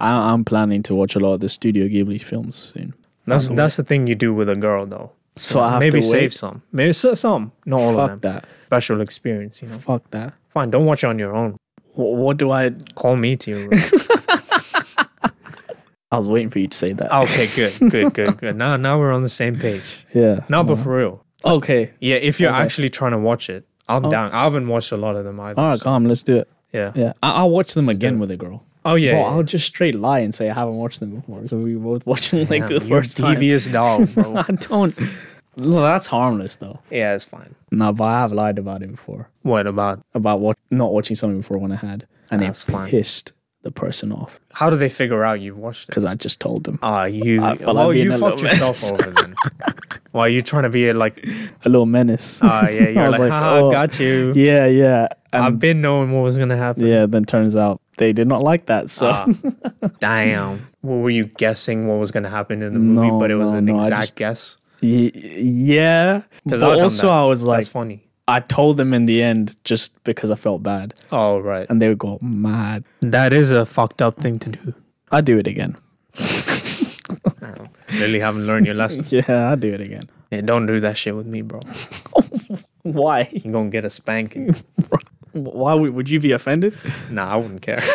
S1: I, I'm planning to watch a lot of the Studio Ghibli films soon.
S2: that's that's the thing you do with a girl though
S1: So I have
S2: maybe
S1: to
S2: save
S1: wait.
S2: some maybe s- some not all
S1: Fuck
S2: of them
S1: that.
S2: special experience you know
S1: Fuck that.
S2: fine don't watch it on your own
S1: Wh- what do I?
S2: call me to you bro.
S1: I was waiting for you to say that.
S2: okay good good good good now now we're on the same page
S1: yeah.
S2: now but for real
S1: Okay.
S2: Yeah, if you're
S1: Okay.
S2: actually trying to watch it, I'm down. I haven't watched a lot of them either.
S1: All right,
S2: so-
S1: calm. Let's do it.
S2: yeah.
S1: Oh, Yeah, I- I'll watch them again with a girl.
S2: Oh yeah.
S1: Bro,
S2: yeah.
S1: I'll just straight lie and say I haven't watched them before. So we both watch them like
S2: Damn,
S1: the
S2: you're
S1: first time.
S2: devious dog, bro.
S1: I don't. No, that's harmless though.
S2: yeah, it's fine.
S1: No, but I have lied about it before.
S2: What about
S1: about what not watching something before when I had, and
S2: That's
S1: it
S2: fine.
S1: pissed the person off
S2: how do they figure out you've watched it?
S1: because I just told them
S2: Ah, you.
S1: I feel like
S2: well,
S1: being
S2: you
S1: a
S2: fucked
S1: little
S2: yourself over then. Why you trying to be like?
S1: a little menace.
S2: Ah, yeah. You're
S1: was
S2: like,
S1: like,
S2: haha,
S1: oh,
S2: got you.
S1: uh, yeah, Uh, yeah,
S2: I've
S1: and
S2: been knowing what was gonna happen.
S1: yeah. Then turns out they did not like that. So
S2: Ah, damn. Well, were you guessing what was gonna happen in the movie?
S1: No,
S2: but it was
S1: no,
S2: an
S1: no, I
S2: exact
S1: just-
S2: guess.
S1: Y- yeah. But
S2: I've done
S1: also,
S2: that.
S1: I was like,
S2: That's funny.
S1: I told them in the end just because I felt bad,
S2: Oh right,
S1: and they would go mad.
S2: that is a fucked up thing to do.
S1: I do it again.
S2: Really haven't learned your lesson.
S1: Yeah, I do it again.
S2: Yeah, don't do that shit with me, bro.
S1: Why?
S2: You're gonna get a spanking.
S1: Why would, would you be offended?
S2: Nah, I wouldn't care.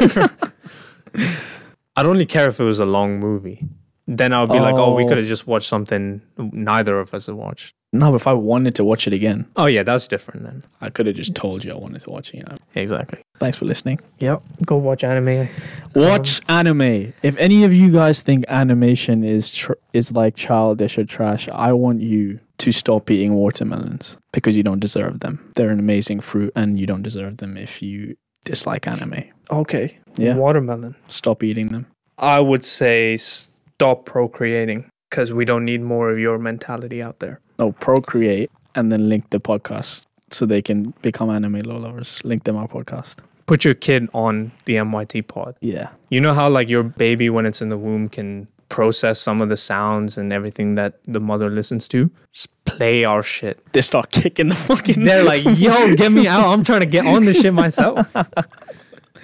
S2: I'd only care if it was a long movie. Then I would be like, oh, we
S1: Oh.
S2: could have just watched something neither of us have watched.
S1: No, but if I wanted to watch it again,
S2: Oh yeah, that's different then.
S1: I could have just told you I wanted to watch it. You know.
S2: Exactly.
S1: Thanks for listening.
S2: Yep. Go watch anime.
S1: Watch anime. If any of you guys think animation is tr- is like childish or trash, I want you to stop eating watermelons because you don't deserve them. They're an amazing fruit, and you don't deserve them if you dislike anime.
S2: Okay.
S1: Yeah.
S2: Watermelon.
S1: Stop eating them.
S2: I would say stop procreating because we don't need more of your mentality out there.
S1: No, procreate and then link the podcast so they can become anime law lovers. Link them our podcast.
S2: Put your kid on the MYT pod.
S1: Yeah.
S2: You know how like your baby when it's in the womb can process some of the sounds and everything that the mother listens to? Just play our shit.
S1: They start kicking the fucking.
S2: They're like, yo, get me out. I'm trying to get on this shit myself.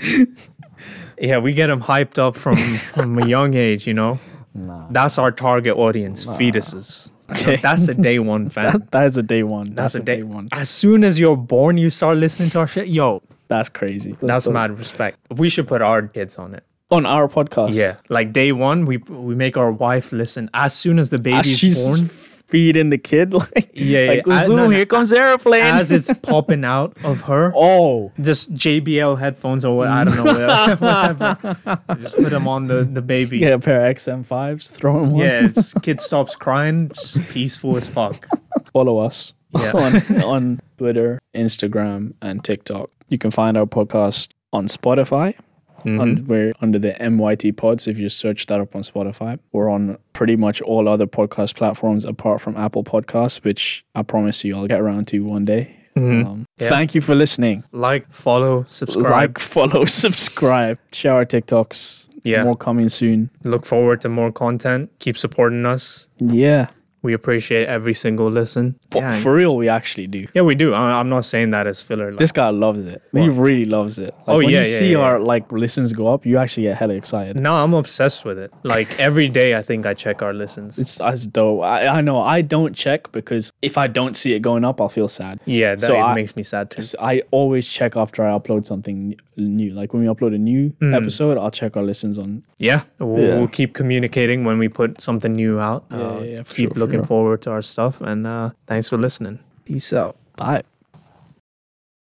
S2: yeah, we get them hyped up from, from a young age, you know?
S1: Nah.
S2: That's our target audience, fetuses.
S1: Okay.
S2: That's a day one fan.
S1: That, that is a day one. That's,
S2: That's,
S1: a day, one.
S2: As soon as you're born, you start listening to our shit. Yo,
S1: That's crazy.
S2: that's
S1: dope.
S2: mad respect. We should put our kids on it.
S1: On our podcast.
S2: Yeah, like day one, we we make our wife listen as soon as the
S1: As
S2: baby's
S1: Ah, she's
S2: born.
S1: feeding the kid. Like,
S2: Yeah, yeah,
S1: Like,
S2: yeah. I-
S1: "Zoom,
S2: no, no.
S1: here comes the airplane.
S2: As it's popping out of her,
S1: oh.
S2: just JBL headphones or what, I don't know, whatever. whatever. Just put them on the, the baby.
S1: Get a pair of XM5s, throw 'em one.
S2: Yeah, it's, kid stops crying, just peaceful as fuck.
S1: Follow us
S2: Yeah.
S1: on, on Twitter, Instagram, and TikTok. You can find our podcast on Spotify.
S2: Mhm.
S1: under, we're under the MYT pod. So if you just search that up on Spotify, we're on pretty much all other podcast platforms apart from Apple Podcasts, which I promise you I'll get around to one day. Um,
S2: Yeah.
S1: Thank you for listening.
S2: Like, follow, subscribe.
S1: Like, follow, subscribe, share our TikToks.
S2: Yeah.
S1: More coming soon.
S2: Look forward to more content. Keep supporting us.
S1: Yeah.
S2: We appreciate every single listen.
S1: But
S2: Yeah,
S1: for real, we actually do.
S2: yeah, we do. I, I'm not saying that as filler. Like,
S1: This guy loves it. He really loves it. Like,
S2: Oh,
S1: when
S2: yeah,
S1: you
S2: yeah,
S1: see
S2: yeah,
S1: our like listens go up, you actually get hella excited.
S2: no, I'm obsessed with it. Like every day, I think I check our listens.
S1: It's that's dope. I, I know. I don't check because if I don't see it going up, I'll feel sad.
S2: yeah, that
S1: so
S2: it
S1: I-
S2: makes me sad too.
S1: So I always check after I upload something n- new. Like when we upload a new
S2: Hmm.
S1: episode, I'll check our listens on.
S2: Yeah, we'll,
S1: Yeah.
S2: we'll keep communicating when we put something new out. Uh,
S1: yeah, yeah, for
S2: keep
S1: sure, for
S2: looking
S1: sure.
S2: forward to our stuff, and uh, thanks for listening. Peace out.
S1: Bye.